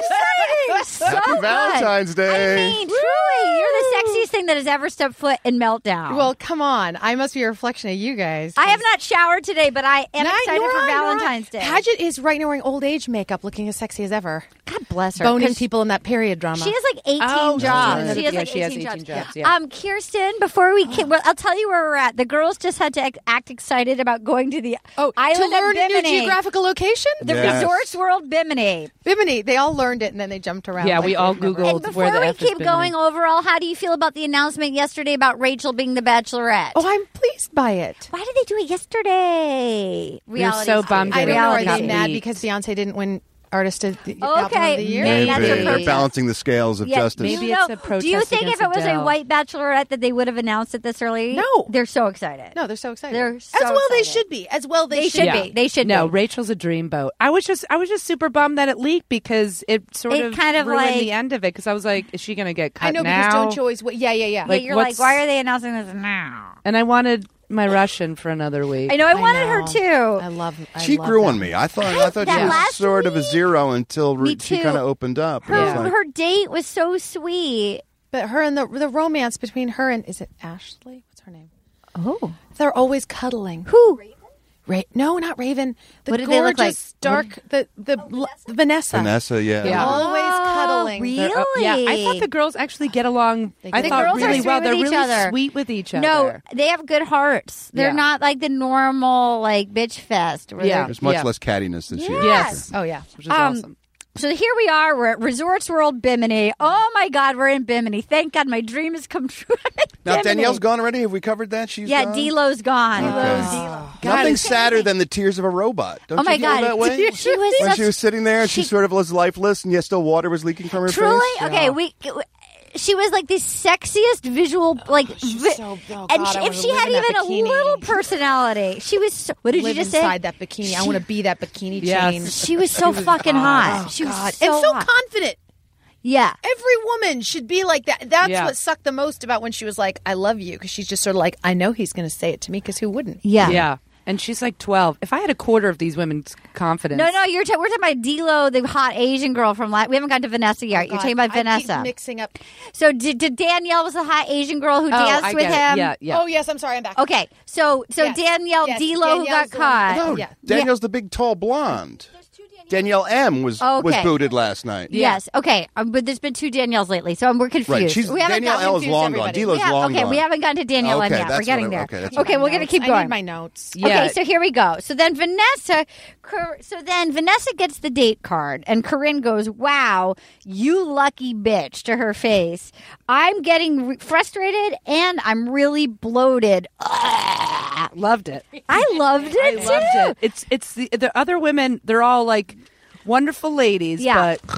C: it so
E: Happy
C: good.
E: Valentine's Day.
C: I mean, truly, you're the sexiest thing that has ever stepped foot in Meltdown.
G: Well, come on. I must be a reflection of you guys.
C: I have not showered today, but I am
G: Not-
C: excited
G: you're
C: for
G: right, you're right.
C: Valentine's Day.
G: Paget is right now wearing old age makeup, looking as sexy as ever.
C: God bless her.
G: Boning
C: 'cause
G: people in that period drama.
C: She has like 18
D: Oh,
C: jobs.
D: right.
C: She has
D: Yeah,
C: like
D: she
C: 18,
D: has 18
C: jobs.
D: jobs, yeah.
C: Um, Kirsten, before we, ca- well, I'll tell you where we're at. The girls just had to ac- act excited about going to the
G: oh,
C: island
G: to
C: of
G: learn a new
C: Bimini.
G: geographical location.
C: the
E: Yes.
C: Resorts World Bimini.
G: Bimini. They all learned it and then they jumped around.
D: Yeah,
G: like
D: we
G: they
D: all
G: remember.
D: Googled.
C: And before
D: where the
C: we
D: F is
C: keep
D: Bimini.
C: going overall, how do you feel about the announcement yesterday about Rachel being the Bachelorette?
G: Oh, I'm pleased by it.
C: Why did they do it yesterday?
D: were
C: Reality
D: so
C: TV.
D: bummed
G: I don't know. Are
D: Reality
G: they
D: TV.
G: mad because Beyonce didn't win Artist of the, Album
C: Okay,
G: of the Year?
C: maybe.
D: That's
E: Maybe.
D: a
E: They're
D: protest.
E: balancing the scales of
C: Yeah,
E: justice.
D: Maybe
C: you
D: it's
C: know-
D: a protest
C: Do you think if
D: against
C: it was a
D: Adele.
C: white Bachelorette that they would have announced it this early?
G: No.
C: they're so excited.
G: No, they're so excited.
C: They're so
G: as well they
C: excited.
G: should be. As well they,
C: They should
D: Yeah.
C: be. They should
D: No,
C: be.
D: Rachel's a dreamboat. I was just, I was just super bummed that it leaked because it sort
C: It
D: of
C: kind of
D: ruined
C: like-
D: the end of it. Because I was like, is she going to get cut
G: I know
D: now?
G: because don't you always wait? Yeah, yeah, yeah.
C: Yeah,
D: Like,
C: you're like,
D: what's-
C: why are they announcing this now?
D: and I wanted my Russian for another week.
C: I know. I wanted her too.
G: I love. I
E: she
G: love
E: grew
G: that.
E: on me. I thought I thought
C: that
E: she was
C: last
E: sort of a
C: week.
E: zero until re-
C: Me
E: she
C: too.
E: kind of opened up.
C: her
E: It was like-
C: her date was so sweet.
G: But her and the the romance between her and is it Ashley? What's her name?
C: Oh,
G: They're always cuddling.
C: who?
G: Ra- no, not Raven. The
C: What did they look
G: gorgeous
C: like?
G: dark the the l-
C: uh,
G: Vanessa.
E: Vanessa, yeah.
D: Yeah.
G: Always
C: Oh,
G: cuddling.
C: Really?
D: They're- oh, yeah, I thought the girls actually get along. I
G: do.
D: thought
G: The girls are
D: really
G: sweet
D: well.
C: with
D: They're
C: each
D: really
C: other.
D: sweet with each other.
C: No, they have good hearts. They're
D: Yeah.
C: not like the normal like bitch fest. Where
D: Yeah.
C: they're-
E: There's much
D: Yeah.
E: less cattiness than she is.
D: Yes.
G: Oh yeah.
D: Which is
C: Um,
D: awesome.
C: So here we are. We're at Resorts World Bimini. Oh my God, we're in Bimini. Thank God, my dream has come true.
E: Now
C: Bimini.
E: Danielle's gone already. Have we covered that? She's
C: Yeah,
E: gone?
C: D-Lo's gone.
E: Okay. Nothing sadder than the tears of a robot. Don't
C: Oh my
E: you feel
C: God.
E: that way?
C: She was
E: when
C: such-
E: she was sitting there, and she,
C: she-
E: sort of was lifeless, and yet still water was leaking from her
C: Truly,
E: face.
C: okay. We, she was like the sexiest visual, like, vi-
G: so- oh,
C: and
G: God,
C: she,
G: I
C: if
G: wanna
C: she
G: live
C: had
G: in that
C: even a
G: bikini.
C: little personality, she was. So, what did
G: Live
C: you just
G: inside
C: say?
G: that bikini. I want to be that bikini
D: Yes.
G: chain.
C: She was so fucking hot. she was
G: God,
C: so,
G: and so
C: hot.
G: confident.
C: yeah.
G: Every woman should be like that. That's
D: Yeah.
G: what sucked the most about when she was like, "I love you," because she's just sort of like, "I know he's going to say it to me," because who wouldn't?
C: yeah,
D: yeah. And she's like 12. If I had a quarter of these women's confidence.
C: No, no, you're ta- we're talking about D-Lo, the hot Asian girl from. La- we haven't gotten to Vanessa yet. you're
G: Oh, God,
C: talking about
G: I keep
C: Vanessa.
G: mixing up.
C: so did, did Danielle was the hot Asian girl who
D: Oh,
C: danced
D: I
C: with
D: get
C: him?
D: It. Yeah, yeah.
G: Oh yes, I'm sorry, I'm back.
C: Okay, so so
G: Yes.
C: Danielle
G: Yes,
C: D-Lo who
G: Danielle's
C: got
G: the one- Uh-huh.
C: caught.
E: No,
G: Yeah.
E: Danielle's the big, tall blonde. Danielle M was was
C: Okay.
E: booted last night.
C: Yes. Okay. Um, but there's been two Danielles lately, so um, we're confused.
E: Right. She's
C: we haven't
E: Danielle
C: gotten
E: L is
C: to-
E: long
G: everybody.
E: gone.
C: we
E: Dila's
C: have-
E: long
C: okay,
E: gone.
C: we haven't gotten to Danielle
E: Okay,
C: M yet.
E: that's
C: We're
E: what
C: getting
E: I-
C: there.
E: okay, that's
G: I need my
C: we're gonna
G: notes.
C: keep going.
G: I need my notes.
D: Yeah.
C: Okay, so here we go. So then Vanessa, Cor- so then Vanessa gets the date card, and Corinne goes, "Wow, you lucky bitch!" to her face. I'm getting re- frustrated, and I'm really bloated. Ugh.
D: Loved it.
C: I loved it.
D: I loved
C: too.
D: it. It's it's the, the other women. They're all like wonderful ladies.
C: Yeah.
D: But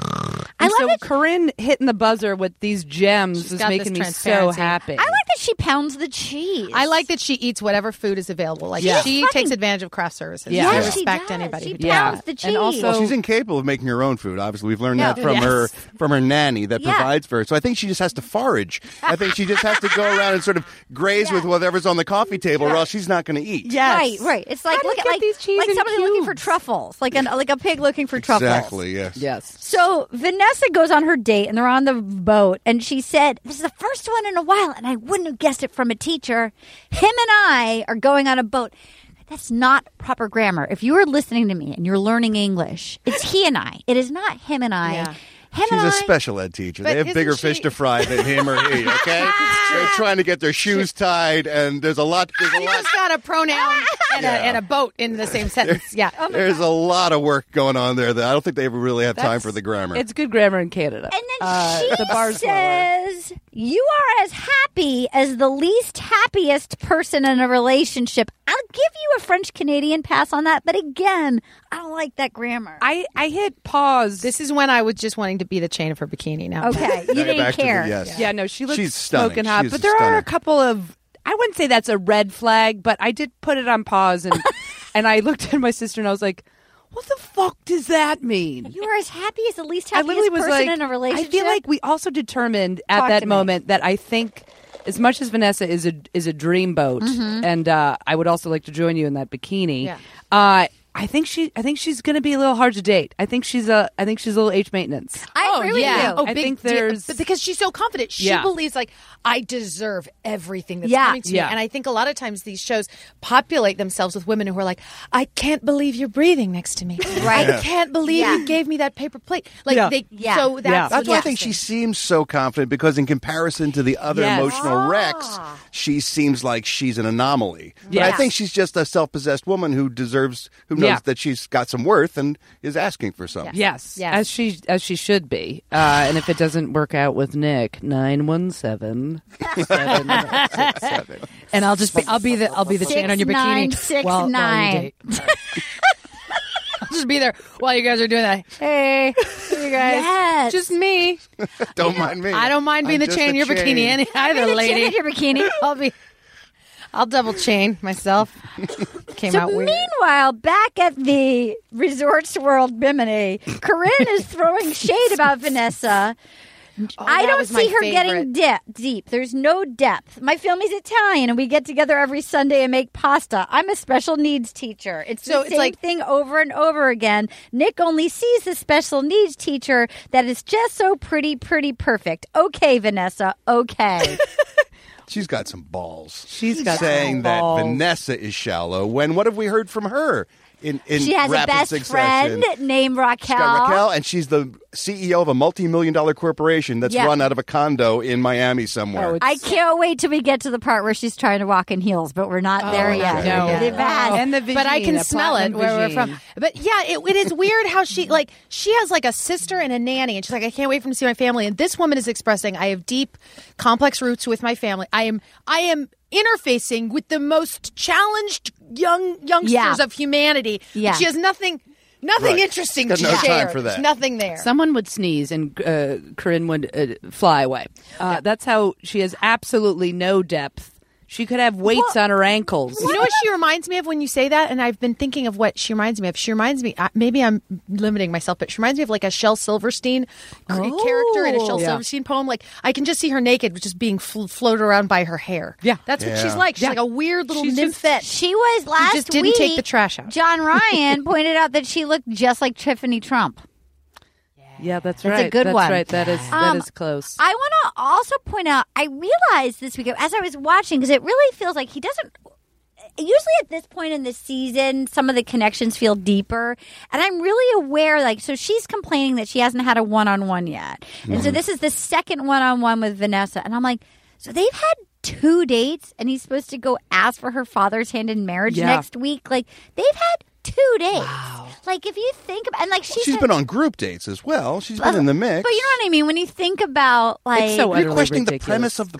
C: I
D: And
C: love
D: so
C: that-
D: Corinne hitting the buzzer with these gems
G: She's
D: is
G: got
D: making
G: this
D: me so
G: transparency.
D: happy.
C: I like that she pounds the cheese.
G: I like that she eats whatever food is available. Like
D: Yeah.
G: she takes advantage of craft services.
D: Yeah.
G: I
D: Yes,
C: she
G: respect
C: does.
G: anybody.
C: She
G: who does
D: Yeah.
C: pounds the cheese.
D: And also-
E: Well, she's incapable of making her own food. Obviously, we've learned
C: No.
E: that from
G: Yes.
E: her from her nanny that
C: Yeah.
E: provides for her. So I think she just has to forage. I think she just has to go around and sort of graze with whatever's on the coffee table, or else she's not going to eat.
D: Yes.
C: Right, right. It's like
D: How do you
C: look at
D: get
C: like
D: these cheese
C: like
D: in
C: somebody looking for
D: cubes?
C: truffles, like an like a pig looking for truffles.
E: Exactly. Yes.
D: Yes.
C: So Vanessa goes on her date, and they're on the boat, and she said, "This is the first one in a while, and I wouldn't have guessed it from a teacher." Him and I are going on a boat. That's not proper grammar. If you are listening to me and you're learning English, it's he and I. It is not him and I.
G: Yeah.
C: Him
E: She's
C: and
E: a
C: I.
E: special ed teacher.
G: But
E: they have
G: isn't
E: bigger
G: she-
E: fish to fry than him or he. Okay, they're trying to get their shoes tied, and there's a lot. There's a lot.
G: She's got a pronoun and, a, and a boat in the same sentence. Yeah.
C: Oh.
E: There's a lot of work going on there that I don't think they ever really have time for the grammar.
D: It's good grammar in Canada.
C: and then
D: Uh,
C: she
D: the bar's lower.
C: says, "You are as happy as the least happiest person in a relationship." I'll give you a French Canadian pass on that, but again, I don't like that grammar.
D: I I hit pause.
G: This is when I was just wanting to be the chain of her bikini now.
C: okay, you
E: Back
C: didn't
E: to the-
C: care.
E: yes.
D: Yeah, no, she looks
E: She's stunning.
D: smoking hot.
E: She's
D: But
E: a
D: there
E: stunner.
D: are a couple of I wouldn't say that's a red flag, but I did put it on pause and and I looked at my sister and I was like, what the fuck does that mean?
C: You are as happy as the least
D: I
C: happiest
D: literally was
C: person
D: like,
C: in a relationship.
D: I feel like we also determined at
C: Talk
D: that
C: to me.
D: moment that I think, as much as Vanessa is a is a dreamboat,
C: Mhm.
D: and uh, I would also like to join you in that bikini.
G: Yeah.
D: Uh, I think she. I think she's going to be a little hard to date. I think she's a. I think she's a little H maintenance.
C: I
G: oh,
C: agree with
G: yeah.
C: you.
G: Oh,
D: I
G: big
D: think
G: deal.
D: there's-
G: But because she's so confident. She
D: Yeah.
G: believes like I deserve everything that's
C: Yeah.
G: coming to
D: Yeah.
G: me. And I think a lot of times these shows populate themselves with women who are like, I can't believe you're breathing next to me.
C: Right.
G: I can't believe
C: Yeah.
G: you gave me that paper plate. Like
D: Yeah.
G: they
C: Yeah.
G: so that's
D: Yeah.
E: That's why I
G: what's
E: think she
G: interesting.
E: seems so confident because, in comparison to the other
D: Yes.
E: emotional wrecks, she seems like she's an anomaly. But
D: Yes.
E: I think she's just a self possessed woman who deserves, who knows
D: Yeah.
E: that she's got some worth and is asking for some.
D: Yes,
G: Yes.
D: as she as she should be. Uh, and if it doesn't work out with Nick, nine one seven seven six seven.
H: And I'll just be I'll be the I'll be the chain on your
C: Six, nine,
H: bikini
C: six,
H: while, while you
C: nine.
H: date. I'll just be there while you guys are doing that. Hey, you guys.
C: Yes.
H: Just me.
E: Don't mind me.
H: I don't mind being the
E: I'm just
H: chain
E: a
H: in your bikini
E: chain.
H: any either,
C: You're the
H: lady.
C: chick in your bikini.
H: I'll be. I'll double chain myself. Came
C: So
H: out weird.
C: meanwhile, back at the Resorts World Bimini, Corinne is throwing shade about Vanessa. I
G: Oh, that
C: don't
G: was my
C: see her getting
G: favorite.
C: de- deep. There's no depth. My family's Italian, and we get together every Sunday and make pasta. I'm a special needs teacher. It's
G: So
C: the
G: it's
C: same
G: like-
C: thing over and over again. Nick only sees the special needs teacher that is just so pretty, pretty perfect. Okay, Vanessa. Okay.
E: She's got some balls.
D: She's got
E: saying
D: some
E: that
D: balls.
E: Vanessa is shallow. When what have we heard from her in in
C: she has a
E: rapid
C: best
E: succession?
C: friend named
E: She's got Raquel, and she's the CEO of a multi-million dollar corporation that's
C: Yeah.
E: run out of a condo in Miami somewhere.
D: Oh, it's-
C: I can't wait till we get to the part where she's trying to walk in heels, but we're not there
E: okay.
C: yet.
E: No.
C: We're bad.
E: Oh.
D: And the
G: Oh. but I
D: Vagine,
G: can
D: a
G: smell it
D: platinum
G: where we're
D: Vagine.
G: from. But yeah, it, it is weird how she like she has like a sister and a nanny, and she's like, I can't wait for them to see my family. And this woman is expressing, I have deep, complex roots with my family. I am, I am interfacing with the most challenged young youngsters
C: Yeah.
G: of humanity.
C: Yeah.
G: She has nothing, nothing
E: Right.
G: interesting
E: Got
G: to
E: no time
G: share.
E: for that.
G: There's nothing there.
D: Someone would sneeze and uh, Corinne would uh, fly away. Uh, That's how she has absolutely no depth. She could have weights on her ankles.
G: You know what she reminds me of when you say that, and I've been thinking of what she reminds me of. She reminds me, uh, maybe I'm limiting myself, but she reminds me of like a Shel Silverstein cr- character in a Shel
D: Oh, Yeah.
G: Silverstein poem. Like I can just see her naked, which is being fl- floated around by her hair.
D: Yeah.
G: that's what she's
E: Yeah.
G: like. She's
D: Yeah.
G: like a weird little
D: She's just-
G: nymphette.
C: She was last
G: just didn't
C: week.
G: take the trash out.
C: John Ryan pointed out that she looked just like Tiffany Trump.
D: Yeah, that's,
C: That's a
D: right.
C: good
D: that's
C: one.
D: right. That is that
C: Um,
D: is close.
C: I want to also point out, I realized this week as I was watching, because it really feels like he doesn't. Usually at this point in the season, some of the connections feel deeper. And I'm really aware, like, so she's complaining that she hasn't had a one on one yet. And
E: Mm-hmm.
C: so this is the second one on one with Vanessa. And I'm like, so they've had two dates, and he's supposed to go ask for her father's hand in marriage
D: Yeah.
C: next week. Like, they've had two dates. Like, if you think about and like, she
E: she's
C: said-
E: been on group dates as well. She's been in the mix.
C: But you know what I mean? When you think about, like,
D: It's so
E: You're
D: utterly
E: questioning
D: ridiculous.
E: the premise of the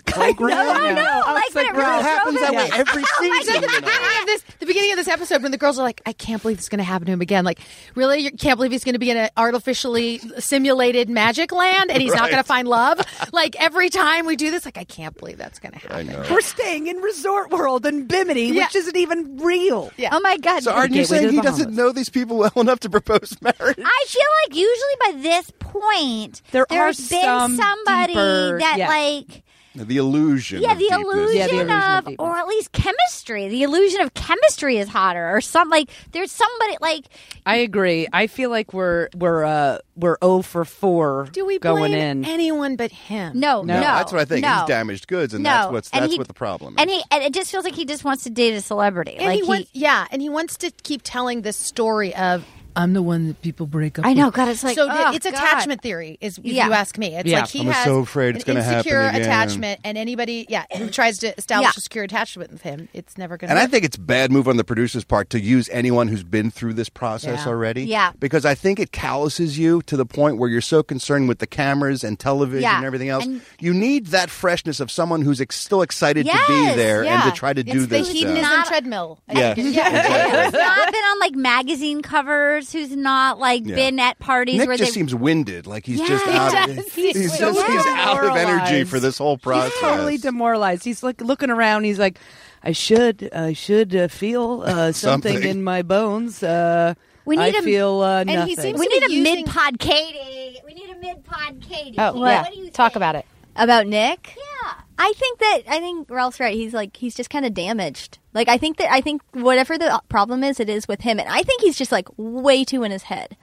E: program.
C: I know.
D: Yeah.
C: Like,
D: It's like,
C: when it
D: bro,
C: really
E: It happens
C: drove
E: that
C: it.
E: way every
C: Oh
E: season.
G: It's
E: you
G: like the
E: know.
G: beginning of this, the beginning of this episode when the girls are like, "I can't believe this is going to happen to him again." Like, really, you can't believe he's going to be in an artificially simulated magic land, and he's not
E: Right.
G: going to find love. Like every time we do this, like I can't believe that's going to happen.
D: We're staying in Resort World in Bimini,
G: Yeah.
D: which isn't even real.
G: Yeah.
C: Oh my god!
E: So aren't
D: Gateway
E: you
D: to
E: saying
D: the
E: he doesn't
D: Bahamas.
E: know these people well enough to propose marriage?
C: I feel like usually by this point
D: There are
C: has been
D: some
C: somebody
D: deeper-
C: that
D: yeah.
C: like
E: The illusion.
C: yeah
E: of
C: the
E: deepness.
C: illusion,
D: Yeah, the illusion of
C: of,
D: deepness.
C: or at least chemistry the illusion of chemistry is hotter or some like there's somebody like
D: I agree. I feel like we're we're uh we're 0 for 4
G: Do we
D: going
G: blame
D: in.
G: anyone but him?
C: no no,
E: No, that's what I think.
C: no,
E: He's damaged goods, and
C: no.
E: that's what's
C: And
E: that's
C: he-
E: what the problem is.
C: and he and it just feels like he just wants to date a celebrity
G: and
C: like
G: he wants, yeah, and he wants to keep telling this story of. I'm the one that people break up.
C: I know God it's like
G: so
C: oh,
G: it's
C: God.
G: attachment theory, is if
C: Yeah.
G: you ask me. It's
D: Yeah.
G: like he
E: I'm
G: has
E: so afraid it's
G: an
E: gonna happen
G: insecure
E: again.
G: attachment, and anybody, yeah, who tries to establish
C: Yeah.
G: a secure attachment with him, it's never going to.
E: And I think it's bad move on the producer's part to use anyone who's been through this process
G: Yeah.
E: already.
C: Yeah.
E: Because I think it calluses you to the point where you're so concerned with the cameras and television
C: Yeah.
E: and everything else.
C: And-
E: you need that freshness of someone who's ex- still excited to
C: Yes,
E: be there and
G: yeah.
E: to try to do
G: it's the
E: this.
G: hedonism
E: stuff.
G: treadmill. I
E: Yeah.
G: think it- yeah.
C: who's not been on like magazine covers who's not like
E: Yeah.
C: been at parties
E: Nick
C: where
E: just
C: they
E: seems winded, like he's just
C: Yeah.
E: out.
G: He does.
E: Of,
G: He's
E: he's just he's out of energy for this whole process.
D: He's totally demoralized. He's like looking around. He's like, I should, I should uh, feel uh, something,
E: Something.
D: in my bones. Uh,
C: We need
D: I
C: a
D: feel, uh,
C: and he
D: nothing.
C: seems to
D: We
C: be
D: need a
C: using-
F: mid-pod Katie. We need a mid-pod Katie.
G: Oh,
F: What
G: yeah.
F: do you
G: Talk about it.
F: About Nick? Yeah. I think that I think Ralph's right. He's like he's just kind of damaged. Like I think that I think whatever the problem is, it is with him, and I think he's just like way too in his head,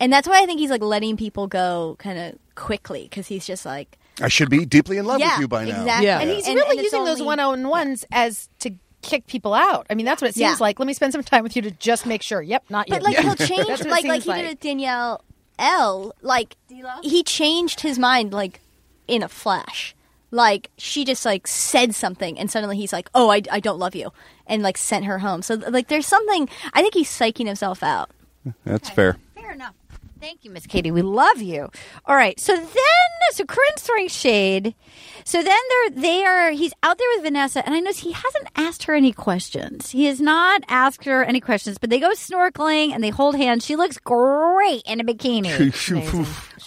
F: and that's why I think he's like letting people go kind of quickly because he's just like
E: I should be deeply in love
F: Yeah,
E: with you by now.
F: exactly. Yeah.
G: And he's
F: And-
G: really
F: and it's
G: using those
F: only-
G: one on ones as to kick people out. I mean, that's what it seems
F: Yeah.
G: like. Let me spend some time with you to just make sure. Yep, not
F: But
G: you.
F: like he'll change,
G: That's what it
F: like like
G: seems
F: he did with Danielle L. Like he changed his mind like in a flash. Like she just like said something, and suddenly he's like, "Oh, I, I don't love you," and like sent her home. So like there's something. I think he's psyching himself out.
E: That's fair.
F: Fair enough. Thank you, Miss
C: Katie, we love you. All right. So then, so Corinne's throwing shade. So then they're, they are, he's out there with Vanessa, and I notice he hasn't asked her any questions. He has not asked her any questions, but they go snorkeling and they hold hands. She looks great in a bikini.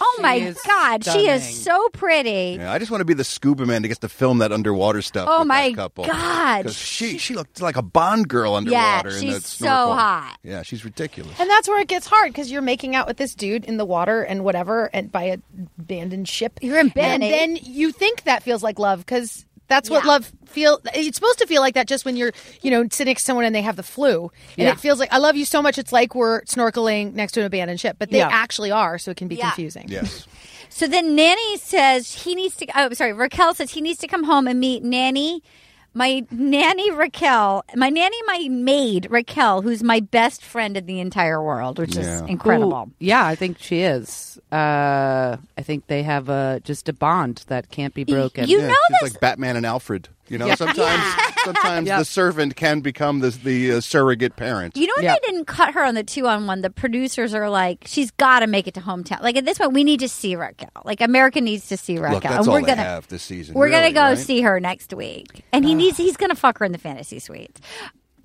C: oh my
E: is
C: God. She
E: stunning.
C: is so pretty.
E: Yeah, I just want to be the scuba man to get to film that underwater stuff.
C: Oh
E: with
C: my
E: that couple.
C: God.
E: 'Cause She she looked like a Bond girl
G: Yeah,
E: underwater. in
G: she's
E: that
G: so
E: snorkel.
G: hot.
E: Yeah, she's ridiculous.
G: And that's where it gets hard because you're making out with this dude in the water and whatever, and by an abandoned ship. You're
C: abandoned.
G: and then you think that feels like love because that's what
C: eh? Yeah.
G: love feel. It's supposed to feel like that just when you're, you know, sitting next to someone and they have the flu, and
H: Yeah.
G: it feels like I love you so much. It's like we're snorkeling next to an abandoned ship, but they
C: Yeah.
G: actually are, so it can be
C: Yeah.
G: confusing.
E: Yes.
C: So then Nanny says he needs to, oh, sorry, Raquel says he needs to come home and meet Nanny, my nanny Raquel, my nanny, my maid Raquel, who's my best friend in the entire world, which is
D: Who-
C: incredible.
D: yeah, I think she is. Uh, I think they have a just a bond that can't be broken.
E: yeah, she's like Batman and Alfred. You know,
D: Yeah.
E: sometimes sometimes
D: Yeah.
E: the servant can become the the uh, surrogate parent.
C: You know what? They didn't cut her on the two on one. The producers are like, she's got to make it to hometown. Like at this point, we need to see Raquel. Like America needs to see Raquel,
E: Look, that's
C: and
E: all
C: we're
E: they
C: gonna
E: have this season.
C: we're
E: really,
C: gonna go
E: right? Ah.
C: see her next week, and he needs he's gonna fuck her in the fantasy suite,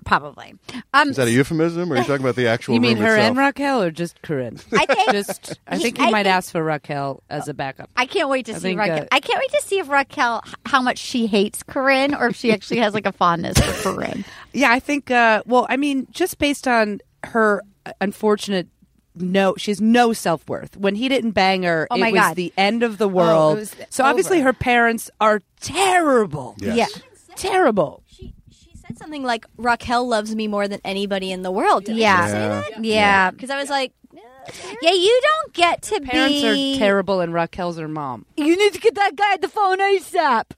C: probably. Um,
E: Is that a euphemism, or are you talking about the actual?
D: you mean
E: room
D: her
E: itself?
D: and Raquel, or just Corinne?
C: I think
D: just I
C: He-
D: think he
C: I
D: might
C: think-
D: ask for Raquel as a backup.
C: I can't wait to
D: I
C: see
D: think,
C: Raquel.
D: uh,
C: I can't wait to see if Raquel h- how much she hates Corinne or if she actually has like a fondness for Corinne.
D: Yeah, I think. Uh, well, I mean, just based on her unfortunate no, she has no self worth. When he didn't bang her,
C: Oh
D: it
C: my
D: was
C: God. Oh,
D: the end of the world.
C: was
D: so obviously, her parents are terrible.
E: Yes.
D: Yeah, terrible.
F: said something like Raquel loves me more than anybody in the world. Did
C: Yeah.
F: I say that?
C: Yeah.
F: Because I was like,
C: Yeah, you don't get to
D: Parents
C: be
D: are terrible, and Raquel's her mom.
C: You need to get that guy at the phone ASAP.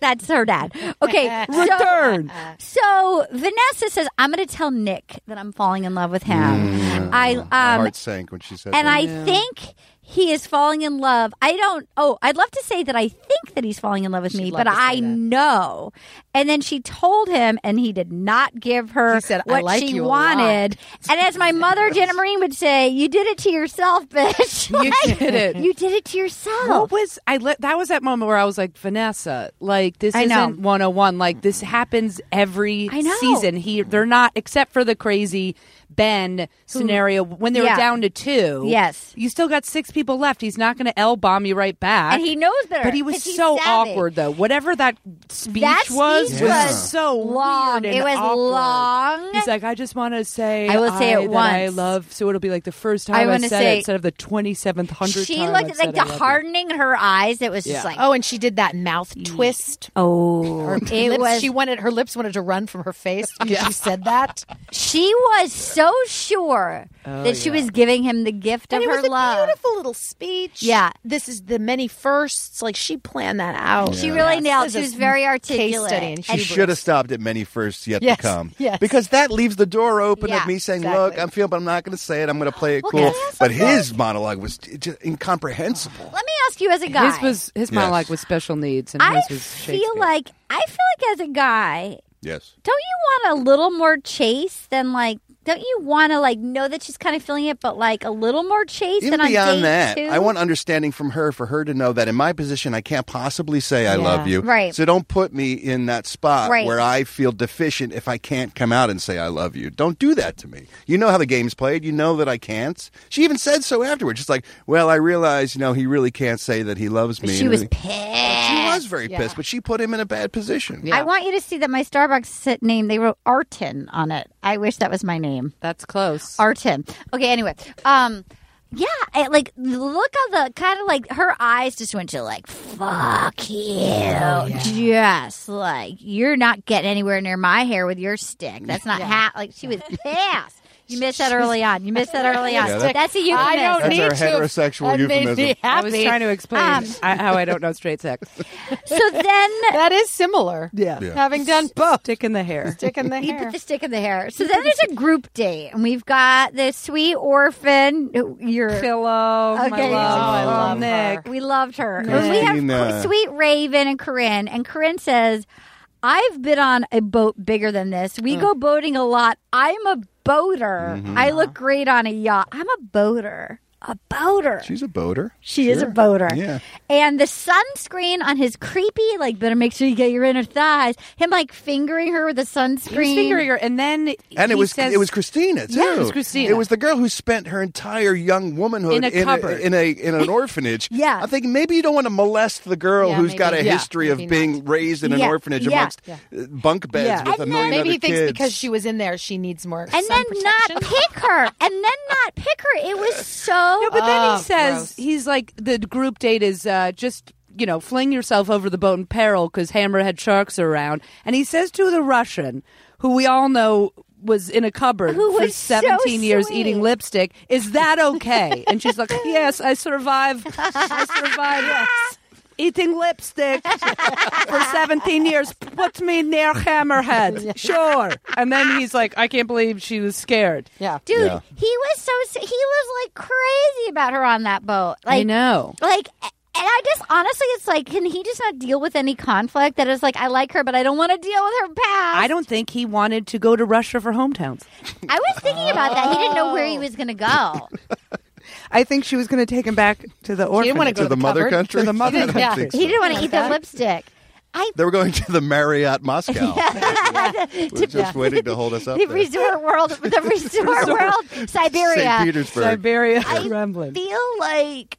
C: That's her dad. Okay, so-
D: Return.
C: So Vanessa says, "I'm going to tell Nick that I'm falling in love with him." I
E: My
C: um,
E: heart sank when she said
C: and
E: that.
C: I think he is falling in love. I don't. Oh, I'd love to say that I think that he's falling in love with me,
G: love
C: but
G: to say
C: I
G: that.
C: know. And then she told him, and he did not give her
G: He said, "I
C: what
G: like
C: she
G: you a lot."
C: wanted. And as my mother, Jenna Marine, would say, "You did it to yourself, bitch.
D: You
C: Like,
D: did it.
C: You did it to yourself."
D: What was I? Let, that was that moment where I was like, Vanessa, like this
C: I
D: isn't
C: know.
D: 101. Like this happens every
C: I know.
D: season. He, they're not except for the crazy Ben scenario when they
C: Yeah.
D: were down to two.
C: Yes.
D: you still got six people left. He's not going to L bomb you right back.
C: And he knows better,
D: But he
C: 'cause
D: was
C: he's
D: so
C: savvy.
D: awkward though. Whatever that speech
C: That speech
D: was was
C: was
D: so
C: long.
D: weird and
C: It was
D: awkward.
C: long.
D: He's like, I just want to say,
C: I will say it
D: that I
C: once.
D: love. So it'll be like the first
C: I
D: time I,
C: wanna
D: said
C: say-
D: it instead of the twenty seventh hundred.
C: She looked at like the hardening in her eyes. It was just
D: Yeah.
C: like,
G: Oh, and she did that mouth twist.
C: oh,
G: Her
C: it
G: lips,
C: was.
G: she wanted her lips wanted to run from her face because she said that.
C: She was so sure that she was giving him the gift
G: Oh, And
C: of
G: it
C: her
G: was a
C: love.
G: beautiful little speech.
C: Yeah.
G: this is the many firsts. Like she planned that out.
C: She really nailed.
G: This
C: She
G: is
C: was
G: a
C: very
G: case
C: articulate.
G: study in
E: She
G: hubris.
E: should have stopped at many firsts yet
G: Yes,
E: to come.
G: yes.
E: Because that leaves the door open
C: Yeah,
E: of me saying,
G: exactly.
E: look, I'm feeling, but I'm not going to say it. I'm going to play it
C: Well,
E: cool.
C: can I ask
E: But
C: something?
E: his monologue was j- just incomprehensible.
C: Let me ask you, as a guy,
D: His was his
E: Yes.
D: monologue was special needs, and
C: I
D: his was Shakespeare.
C: feel like I feel like as a guy,
E: Yes.
C: don't you want a little more chase than like? Don't you want to like know that she's kind of feeling it, but like a little more chase
E: Even
C: than on date
E: beyond that,
C: two?
E: I want understanding from her for her to know that in my position, I can't possibly say I love you.
C: Right.
E: So don't put me in that spot
C: Right.
E: where I feel deficient if I can't come out and say I love you. Don't do that to me. You know how the game's played. You know that I can't. She even said so afterwards. She's like, well, I realize, you know, he really can't say that he loves me.
C: she
E: And
C: was
E: everything.
C: pissed.
E: She was very pissed, but she put him in a bad position.
C: I want you to see that my Starbucks name, they wrote Artin on it. I wish that was my name. name.
D: That's close.
C: Artem. Okay, anyway. Um yeah, it, like look at the kind of like her eyes just went to like fuck you,
E: Oh,
C: just like you're not getting anywhere near my hair with your stick. That's not how. Like she was pissed. You missed that early on. You missed that early on.
E: Yeah, that-
C: That's a euphemism.
E: I don't That's need our to. heterosexual That made euphemism. me
D: I was
C: happy.
D: trying to explain
C: Um,
D: I- how I don't know straight sex.
C: So then that
G: is similar.
D: Yeah.
G: Having done both.
D: Stick in the hair.
C: Stick in the hair. You put the stick in the hair. So then there's a group date, and we've got the sweet orphan. who- Your
D: pillow.
C: Okay,
D: love. Oh, I love
C: Nick. We loved her.
D: Christina.
C: We have Cor- sweet Raven and Corinne, and Corinne says, "I've been on a boat bigger than this.
D: Mm.
C: We go boating a lot. I'm a boater. I
D: Uh-huh.
C: look great on a yacht. I'm a boater. A boater."
E: She's a boater.
C: She is a boater.
E: Yeah.
C: And the sunscreen on his creepy, like, better make sure you get your inner thighs. Him, like, fingering her with a sunscreen.
D: He was fingering her, and then
E: And it
D: he
E: was
D: says,
E: it was Christina too.
D: Yeah, it was Christina.
E: It was the girl who spent her entire young womanhood
D: In a cupboard.
E: in a in an orphanage.
C: Yeah.
E: I think maybe you don't want to molest the girl
H: Yeah,
E: who's
H: maybe.
E: got a
H: Yeah,
E: history of
H: maybe
E: being raised in an
C: Yeah,
E: orphanage
C: yeah.
E: amongst
C: Yeah.
E: uh, bunk beds
D: Yeah.
E: with a million
G: Maybe
E: other
G: he thinks
E: kids.
G: because she was in there, she needs more.
C: and then not pick her. And then not pick her. It was so.
D: No, but then
C: Ah,
G: Oh,
D: he says
G: gross.
D: he's like the group date is uh, just you know fling yourself over the boat in peril because hammerhead sharks are around, and he says to the Russian, who we all know was in a cupboard
C: Who
D: for
C: was so
D: 17 years
C: sweet.
D: eating lipstick is that okay and she's like yes i survived i survived eating lipstick for 17 years put me near hammerhead sure and then he's like i can't believe she was scared
G: Yeah.
C: Dude,
E: Yeah.
C: he was so. s- He was, like, crazy about her on that boat. Like,
D: i know
C: Like, and I just honestly, it's like, can he just not deal with any conflict? That is like, I like her, but I don't want to deal with her past.
D: I don't think he wanted to go to Russia for hometowns.
C: I was thinking about that. He didn't know where he was going to go.
D: I think she was going to take him back to the orphanage.
G: didn't wanna go
E: to the mother
G: cupboard.
E: country.
D: To the mother
E: I don't
G: country.
E: think so.
C: He didn't want to eat the lipstick. I
E: They were going to the Marriott Moscow. We're just waiting to hold us up.
C: the
E: there.
C: resort world, the resort, world, Siberia.
E: St. Petersburg.
D: Siberia
C: I
D: Kremlin.
C: feel like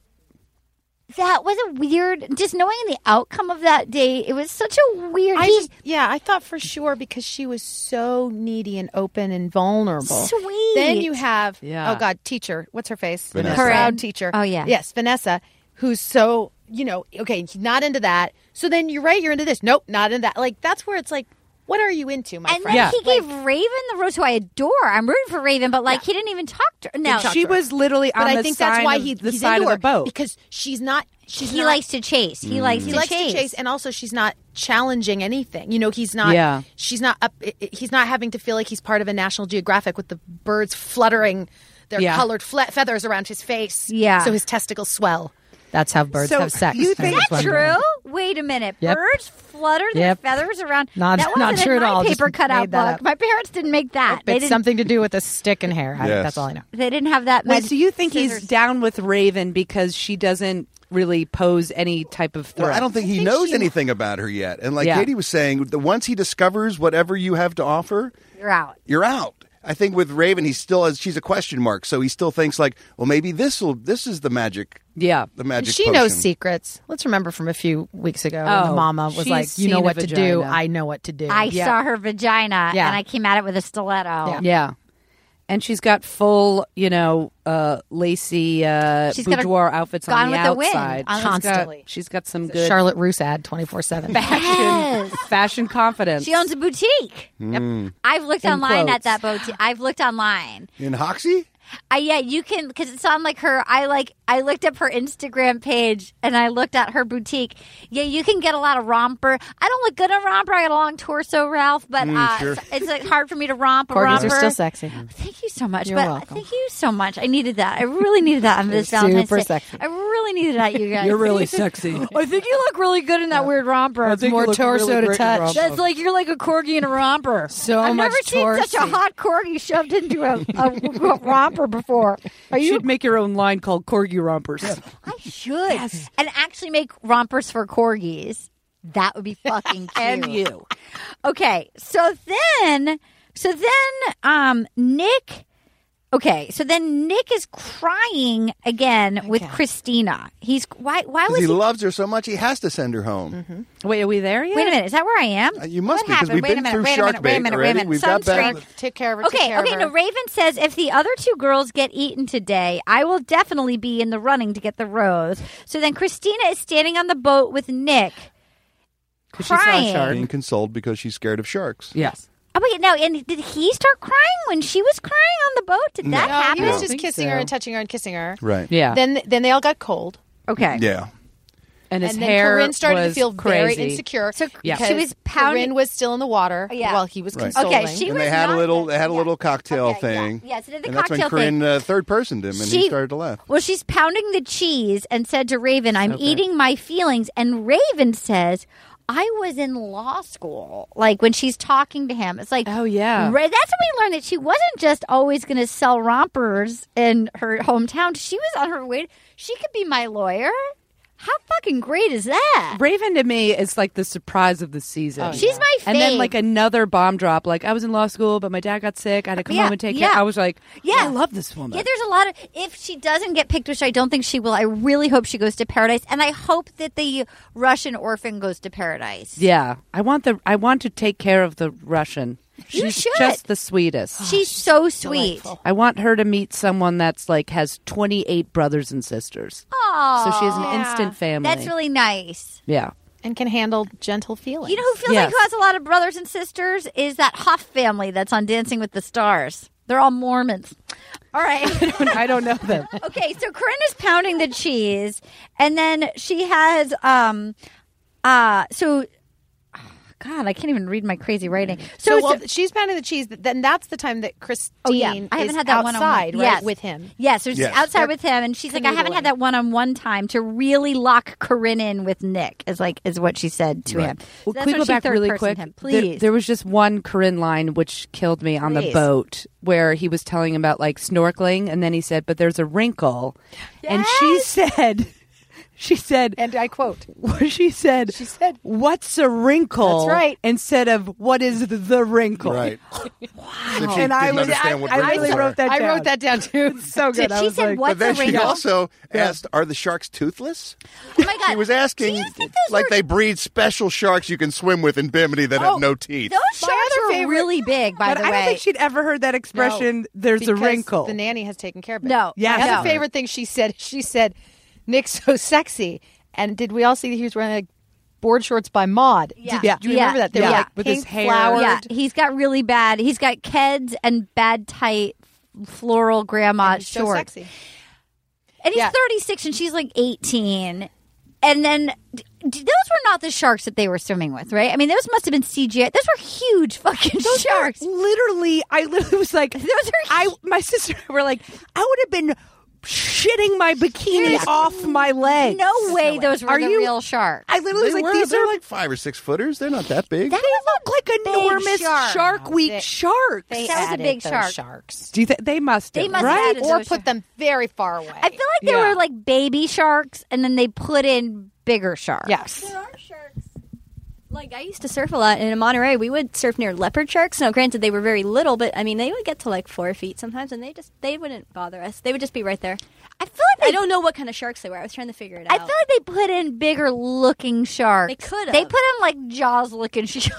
C: that was a weird. Just knowing the outcome of that date, it was such a weird.
G: I
C: he-
G: just, yeah, I thought for sure because she was so needy and open and vulnerable.
C: Sweet.
G: Then you have
D: Yeah.
G: oh god, teacher, what's her face?
E: Vanessa.
G: The
C: Corinne.
G: Proud teacher.
C: Oh, yeah.
G: yes, Vanessa, who's so you know okay, she's not into that. So then you're right, you're into this. Nope, not into that. Like that's where it's like, what are you into, my
C: and then
G: friend?
C: he gave Raven the rose, who I adore. I'm rooting for Raven, but like he didn't even talk to her. No,
D: she was literally on
G: but
D: the
G: I think that's
D: side
G: why
D: of
G: he,
D: the
G: he's
D: side
G: into
D: of the
G: her
D: boat.
G: because she's not. She's
C: he
G: not,
C: likes to chase.
H: Mm.
C: He likes
G: he
C: to
G: likes
C: chase.
G: to chase and also she's not challenging anything you know he's not
D: Yeah.
G: she's not up i- i- he's not having to feel like he's part of a national geographic with the birds fluttering their
D: Yeah.
G: colored fle- feathers around his face
C: Yeah.
G: so his testicles swell that's how birds
D: So have sex. you I'm think- just
C: That's true. Wait a minute.
H: Yep.
C: Birds flutter their
H: Yep.
C: feathers around.
H: Not-
C: that wasn't
H: not
C: in
H: true at
C: my
H: all. Just
C: Paper cutout
H: made that
C: book.
H: up.
C: My parents didn't make that. They
H: It's
C: didn't.
H: something to do with a stick and hair. I
E: Yes.
H: think that's all I know.
C: They didn't have that.
D: Wait,
C: magic
D: so you think he's
C: scissors.
D: down with Raven because she doesn't really pose any type of threat?
E: Well, I don't think he knows anything about her yet. And like
D: Yeah.
E: Katie was saying, the, once he discovers whatever you have to offer,
C: You're out.
E: you're out. I think with Raven, he still has. She's a question mark, so he still thinks like, well, maybe this will. This is the magic.
D: Yeah.
E: the magic.
H: She knows
E: potion.
H: secrets. Let's remember from a few weeks ago when
D: Oh,
H: the mama was
D: she's
H: like, "You know
D: seen a
H: what to do.
D: vagina.
H: I know what to do."
C: I saw her vagina
H: Yeah.
C: and I came at it with a stiletto.
D: Yeah. And she's got full, you know, uh, lacy uh,
C: She's got her
D: boudoir outfits
C: Gone
D: on the
C: with the Wind
D: outside.
C: on-
D: She's got-
H: Constantly.
D: she's got some good
H: Charlotte Roos ad twenty four seven.
D: fashion,
C: Yes.
D: fashion confidence.
C: She owns a boutique.
G: Hmm.
C: Yep. I've looked online
D: quotes.
C: at that boutique. I've looked online.
E: in Hoxie.
C: I yeah, you can because it's on like her. I like I looked up her Instagram page and I looked at her boutique. Yeah, you can get a lot of romper. I don't look good in a romper. I got a long torso, Ralph, but uh,
E: sure.
C: it's, it's, like hard for me to romp a
H: Corgis
C: romper.
H: are still sexy.
C: Thank you so much.
H: You're
C: but
H: welcome.
C: Thank you so much. I needed that. I really needed that on this
H: You're
C: Valentine's
H: super
C: Day.
H: sexy.
C: I really needed that, you guys.
D: sexy.
C: I think you look really good in that weird romper.
H: More torso to touch.
C: That's like you're like a corgi in a romper.
H: So
C: I've
H: much
C: never seen such a
H: torso.
C: hot corgi shoved into a, a, a romper before. Are
D: You
C: you?
D: should make your own line called Corgi Rompers.
C: I should. And actually make rompers for corgis. That would be fucking cute.
D: And you.
C: Okay, so then, so then, um, Nick. Okay, so then Nick is crying again with Christina. He's why? Why was
E: he,
C: he?
E: loves her so much, he has to send her home.
C: Mm-hmm.
D: Wait, are we there yet?
C: Wait a minute. Is that where I am?
E: Uh, you must
C: what
E: be, 'cause
C: happened?
E: we've
C: wait a
E: been
C: minute,
E: through
C: wait a
E: shark
C: minute, wait a
E: bait
C: minute,
E: already.
C: Wait a minute.
E: We've got
C: Sunscreen.
E: bad-
G: Take care of her. take
C: Okay,
G: care of
C: okay.
G: her.
C: No, Raven says if the other two girls get eaten today, I will definitely be in the running to get the rose. So then Christina is standing on the boat with Nick, crying.
E: Being consoled because she's scared of sharks.
D: Yes.
C: Oh wait, no. And did he start crying when she was crying on the boat? Did that
G: no,
C: happen?
G: he
E: I
G: was just
E: think
G: kissing her
E: so.
G: and touching her and kissing her.
E: Right.
D: Yeah.
G: Then then they all got cold.
C: Okay.
E: Yeah.
D: and his
G: and then
D: hair
G: Corinne started to
D: was
G: feel
D: crazy.
G: very insecure.
C: So
D: Yeah.
G: because
C: she was pounding-
G: Corinne was still in the water
C: Yeah.
G: while he was
E: Right.
G: consoling.
C: Okay, she
E: and
C: was
E: they had a
C: not
E: little,
C: good.
E: they had a
C: Yeah.
E: little cocktail
C: Okay, yeah.
E: thing.
C: Yeah, so they did the
E: and
C: cocktail
E: that's when
C: thing.
E: Corinne uh, third personed him, and he started to laugh.
C: Well, she's pounding the cheese and said to Raven, I'm eating my feelings. And Raven says, I was in law school. Like when she's talking to him, it's like,
D: Oh, yeah.
C: Ra- that's when we learned that she wasn't just always going to sell rompers in her hometown. She was on her way. She could be my lawyer. How fucking great is that?
D: Raven to me is like the surprise of the season.
C: She's my
D: And
C: fave.
D: then like another bomb drop. Like I was in law school, but my dad got sick. I had to come
C: Yeah,
D: home and take
C: yeah.
D: care. I was like, "Oh,
C: Yeah.
D: I love this woman.
C: Yeah, there's a lot of. If she doesn't get picked, which I don't think she will, I really hope she goes to paradise, and I hope that the Russian orphan goes to paradise.
D: Yeah. I want the I want to take care of the Russian. She's
C: You should.
D: just the sweetest.
C: She's so sweet.
D: I want her to meet someone that's like has 28 brothers and sisters.
C: Aw,
D: so she has an
G: yeah.
D: instant family.
C: that's really nice.
D: Yeah.
G: and can handle gentle feelings.
C: You know who feels like
D: Yes.
C: who has a lot of brothers and sisters is that Hoff family that's on Dancing with the Stars. They're all Mormons. All right.
D: I don't know them.
C: okay, so Corinne is pounding the cheese, and then she has um, uh, so. oh, God, I can't even read my crazy writing.
G: So,
C: So,
G: well, she's pounding the cheese. th- Then that's the time that Christine
C: oh yeah, I
G: is
C: haven't had that one
G: outside
C: on one.
G: right,
C: Yes.
G: with him.
C: Yes, so she's
E: Yes.
C: outside with him, and she's like, I haven't
G: canoodling.
C: had that one-on-one time to really lock Corinne in with Nick. Is like is what she said to him. So
D: Well,
C: that's
D: can we
C: when
D: go
C: she
D: back
C: third
D: really
C: personed
D: quick?
C: him.
D: There-
C: please.
D: There, was just one Corinne line which killed me on the
C: Please.
D: boat where he was telling about like snorkeling, and then he said, "But there's a wrinkle," and she said, "She said."
G: And I quote,
D: what she said, she
G: said-
D: "What's a wrinkle?"
G: That's right.
D: Instead of "What is the wrinkle?"
E: Right. Since she
D: And I
E: didn't
D: was, I,
E: understand what
D: I
E: wrinkles
D: really
E: are.
D: wrote that.
G: I
D: down.
G: wrote that down too. It's so
D: good. I
C: she
D: was
C: said,
D: like-
E: But
C: "What's a
E: then she
C: wrinkle?"
E: also asked, "Are the sharks toothless?"
C: oh my god,
E: She was
C: Do
E: asking,
C: you think those
E: like
C: were-
E: they breed special sharks you can swim with in Bimini that
G: Oh,
E: have no teeth.
C: Those sharks
G: other
C: were
G: favorite-
C: really big, by
D: But
C: the
D: I
C: way.
D: don't think she'd ever heard that expression. there's a
G: because
D: wrinkle.
G: The nanny has taken care of it.
C: No,
G: Yeah.
D: Yes.
G: That's
D: no.
G: the favorite thing she said. She said, "Nick's so sexy." And did we all see that he was wearing like board shorts by Maud?
C: Yeah.
G: Did, do you
C: Yeah.
G: remember that? They were
D: Yeah.
G: like
D: With
G: pink
D: his hair.
G: flowered.
C: yeah, he's got really bad. He's got keds and bad tight floral grandma
G: and he's so
C: shorts.
G: sexy.
C: And he's
G: Yeah.
C: 36 and she's like 18. And then d- d- those were not the sharks that they were swimming with, right? I mean, those must have been CGI. Those were huge fucking sharks.
D: Literally, I literally was like,
C: Those are
D: I my sister and I were like, I would have been shitting my bikini
C: Yeah.
D: off my legs.
C: No way those were
D: Are
C: the
D: you-
C: real sharks.
D: I literally
E: They
D: was like,
E: were,
D: these
E: they're
D: are
E: like five or six footers. They're not that big.
C: That
D: they look like
C: big
D: enormous
C: shark.
D: Shark, Week sharks.
G: They
C: That was a
G: added
C: big
G: those
C: shark.
G: Sharks.
D: Do you think they must?
C: They
D: have,
C: must
D: right?
C: have added
G: Or
C: those
G: put
C: shark-
G: them very far away.
C: I feel like they
D: Yeah.
C: were like baby sharks and then they put in bigger sharks.
G: yes.
F: are sharks. Like I used to surf a lot, and in Monterey we would surf near leopard sharks. Now, granted, they were very little, but I mean they would get to like four feet sometimes, and they just they wouldn't bother us. They would just be right there.
C: I feel like they
F: I don't know what kind of sharks they were. I was trying to figure it out.
C: I feel like they put in bigger looking sharks.
F: They could've.
C: They put in like jaws looking sharks.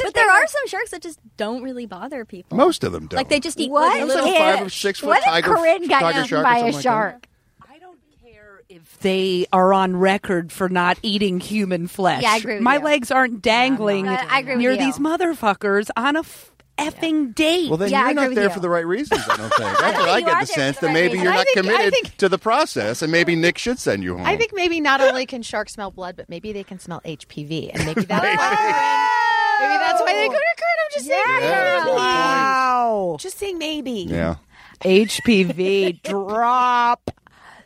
F: but there are some sharks that just don't really bother people.
E: Most of them don't.
F: Like they just eat
C: what?
F: like,
E: Those little
F: little
E: five or six foot
C: what if
E: tiger-
C: Corinne got
E: tiger
C: eaten
E: shark or
C: by
E: something
C: a
E: like that?
C: shark?
D: I don't care if they are on record for not eating human flesh.
C: Yeah, I agree with
D: my
C: you.
D: legs aren't dangling
C: I- I agree with
D: near
C: you.
D: these motherfuckers on a f- effing date.
E: Well, then
C: Yeah, I
E: you're
C: agree
E: not
C: with
E: there
C: you.
E: for the right reasons. I don't think. That's what
C: think
E: I
C: you
E: get
C: are there for
E: the sense
C: the
E: that
C: right
E: maybe
C: reasons.
E: you're
G: I
E: not
G: think- I
E: committed
G: think-
E: to the process, and maybe Nick should send you home.
G: I think maybe not only can sharks smell blood, but maybe they can smell HPV, and maybe that's why. Maybe that's why they go to Kurt. I'm just saying.
E: Yeah.
G: maybe.
D: wow.
G: Just saying maybe.
E: Yeah.
D: HPV drop.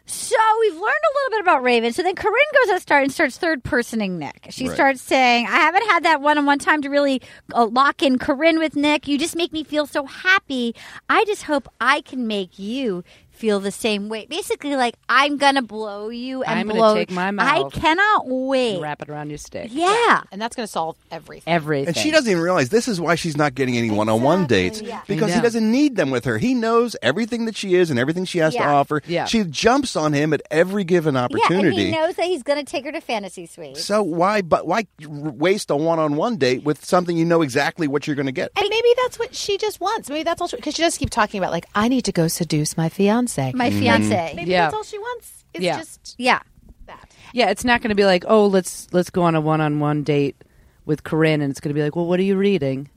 C: So we've learned a little bit about Raven. So then Corinne goes out start and starts third personing Nick. She
E: Right.
C: starts saying, "I haven't had that one on one time to really uh, lock in Corinne with Nick. You just make me feel so happy. I just hope I can make you feel the same way. Basically, like I'm gonna blow you and
D: I'm gonna
C: blow.
D: take my
C: I
D: mouth
C: cannot wait.
D: and wrap it around your stick.
C: Yeah,
G: and that's going to solve everything.
D: Everything.
E: And she doesn't even realize this is why she's not getting any one on one dates because he
D: Yeah.
E: doesn't need them with her. He knows everything that she is and everything she has to
C: Yeah.
E: offer.
C: Yeah.
E: She jumps on him at every given
C: Yeah, and
E: opportunity.
C: he knows that he's gonna take her to fantasy suite.
E: so why but why waste a one on one date with something you know exactly what you're going to get?
G: And maybe that's what she just wants. Maybe that's all she because she does keep talking about like I need to go seduce my fiance.
C: My
D: Mhm.
C: fiance.
G: Maybe
D: Yeah.
G: that's all she wants. It's
D: Yeah.
G: just
C: yeah.
D: Yeah, it's not going to be like, oh, let's let's go on a one on one date with Corinne, and it's going to be like, well, what are you reading?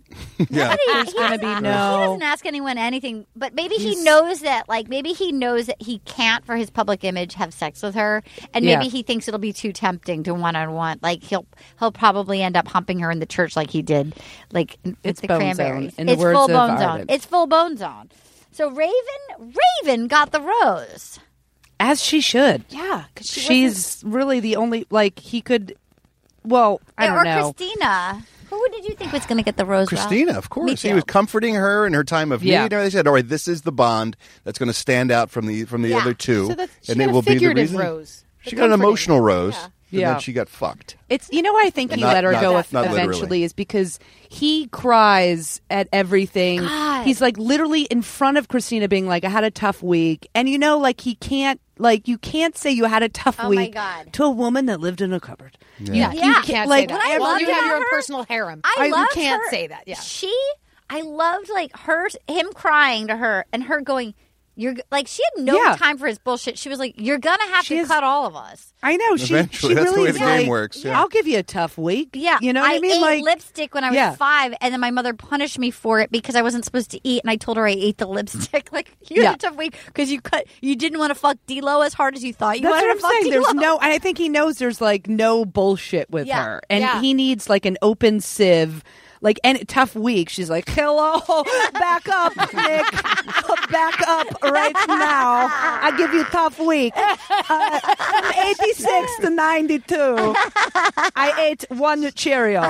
E: yeah.
D: There's going to be
C: He
D: no.
C: doesn't ask anyone anything, but maybe he knows that. Like maybe he knows that he can't, for his public image, have sex with her, and maybe
D: Yeah.
C: he thinks it'll be too tempting to one on one. Like he'll he'll probably end up humping her in the church, like he did, like with
D: It's
C: the
D: bone
C: cranberries.
D: zone, in the
C: it's
D: words
C: full
D: of
C: bone zone.
D: Arden.
C: It's full bone zone. So Raven, Raven got the rose.
D: As she should.
G: yeah, because she
D: She's really the only like he could. Well, I
C: Yeah,
D: don't
C: or
D: know.
C: Christina. Who did you think was going to get the rose? Ralph?
E: Christina, of course, he was comforting her in her time of
D: Yeah.
E: need. And they said, "All right, this is the bond that's going to stand out from the from the
C: Yeah.
E: other two,
G: So that's- she
E: and
G: got
E: it
G: a
E: will be the
G: figurative
E: reason."
G: rose.
E: She got an emotional rose, and
D: Yeah.
E: then she got fucked.
D: It's you know why I think he
E: Not-
D: let her
E: not-
D: go
E: not
D: ev-
E: literally.
D: eventually is because he cries at everything.
C: God.
D: He's like literally in front of Christina, being like, "I had a tough week," and you know, like he can't, like you can't say you had a tough
C: Oh my
D: week
C: God.
D: to a woman that lived in a cupboard.
G: yeah,
C: Yeah.
G: you can't like, say
D: Like,
G: that.
D: what I
G: well,
C: loved
G: you have
C: about
G: your own
C: her-
G: personal harem.
C: I
G: you
C: loved
G: can't
C: her.
G: say that. Yeah,
C: She, I loved like her, him crying to her and her going, you're g- like, she had no
D: Yeah.
C: time for his bullshit. She was like, you're going to have
D: She
C: to
D: is-
C: cut all of us.
D: I know she.
E: Eventually,
D: she
E: that's the
D: really
E: way
D: is
E: the game
D: like,
E: works, yeah.
D: I'll give you a tough week.
C: Yeah.
D: you know what I, mean.
C: ate
D: like
C: lipstick when I was
D: yeah.
C: five and then my mother punished me for it because I wasn't supposed to eat. And I told her I ate the lipstick. Like you
D: Yeah.
C: had a tough week because you cut, you didn't want to fuck D-Lo as hard as you thought you
D: That's
C: wanted
D: what I'm
C: to fuck
D: saying. There's
C: D-Lo.
D: no, and I think he knows there's like no bullshit with
C: Yeah.
D: her, and
G: Yeah.
D: he needs like an open sieve. Like and tough week, she's like, "Hello, back up, Nick, back up right now. I give you tough week. Uh, from 86 to 92, I ate one Cheerio,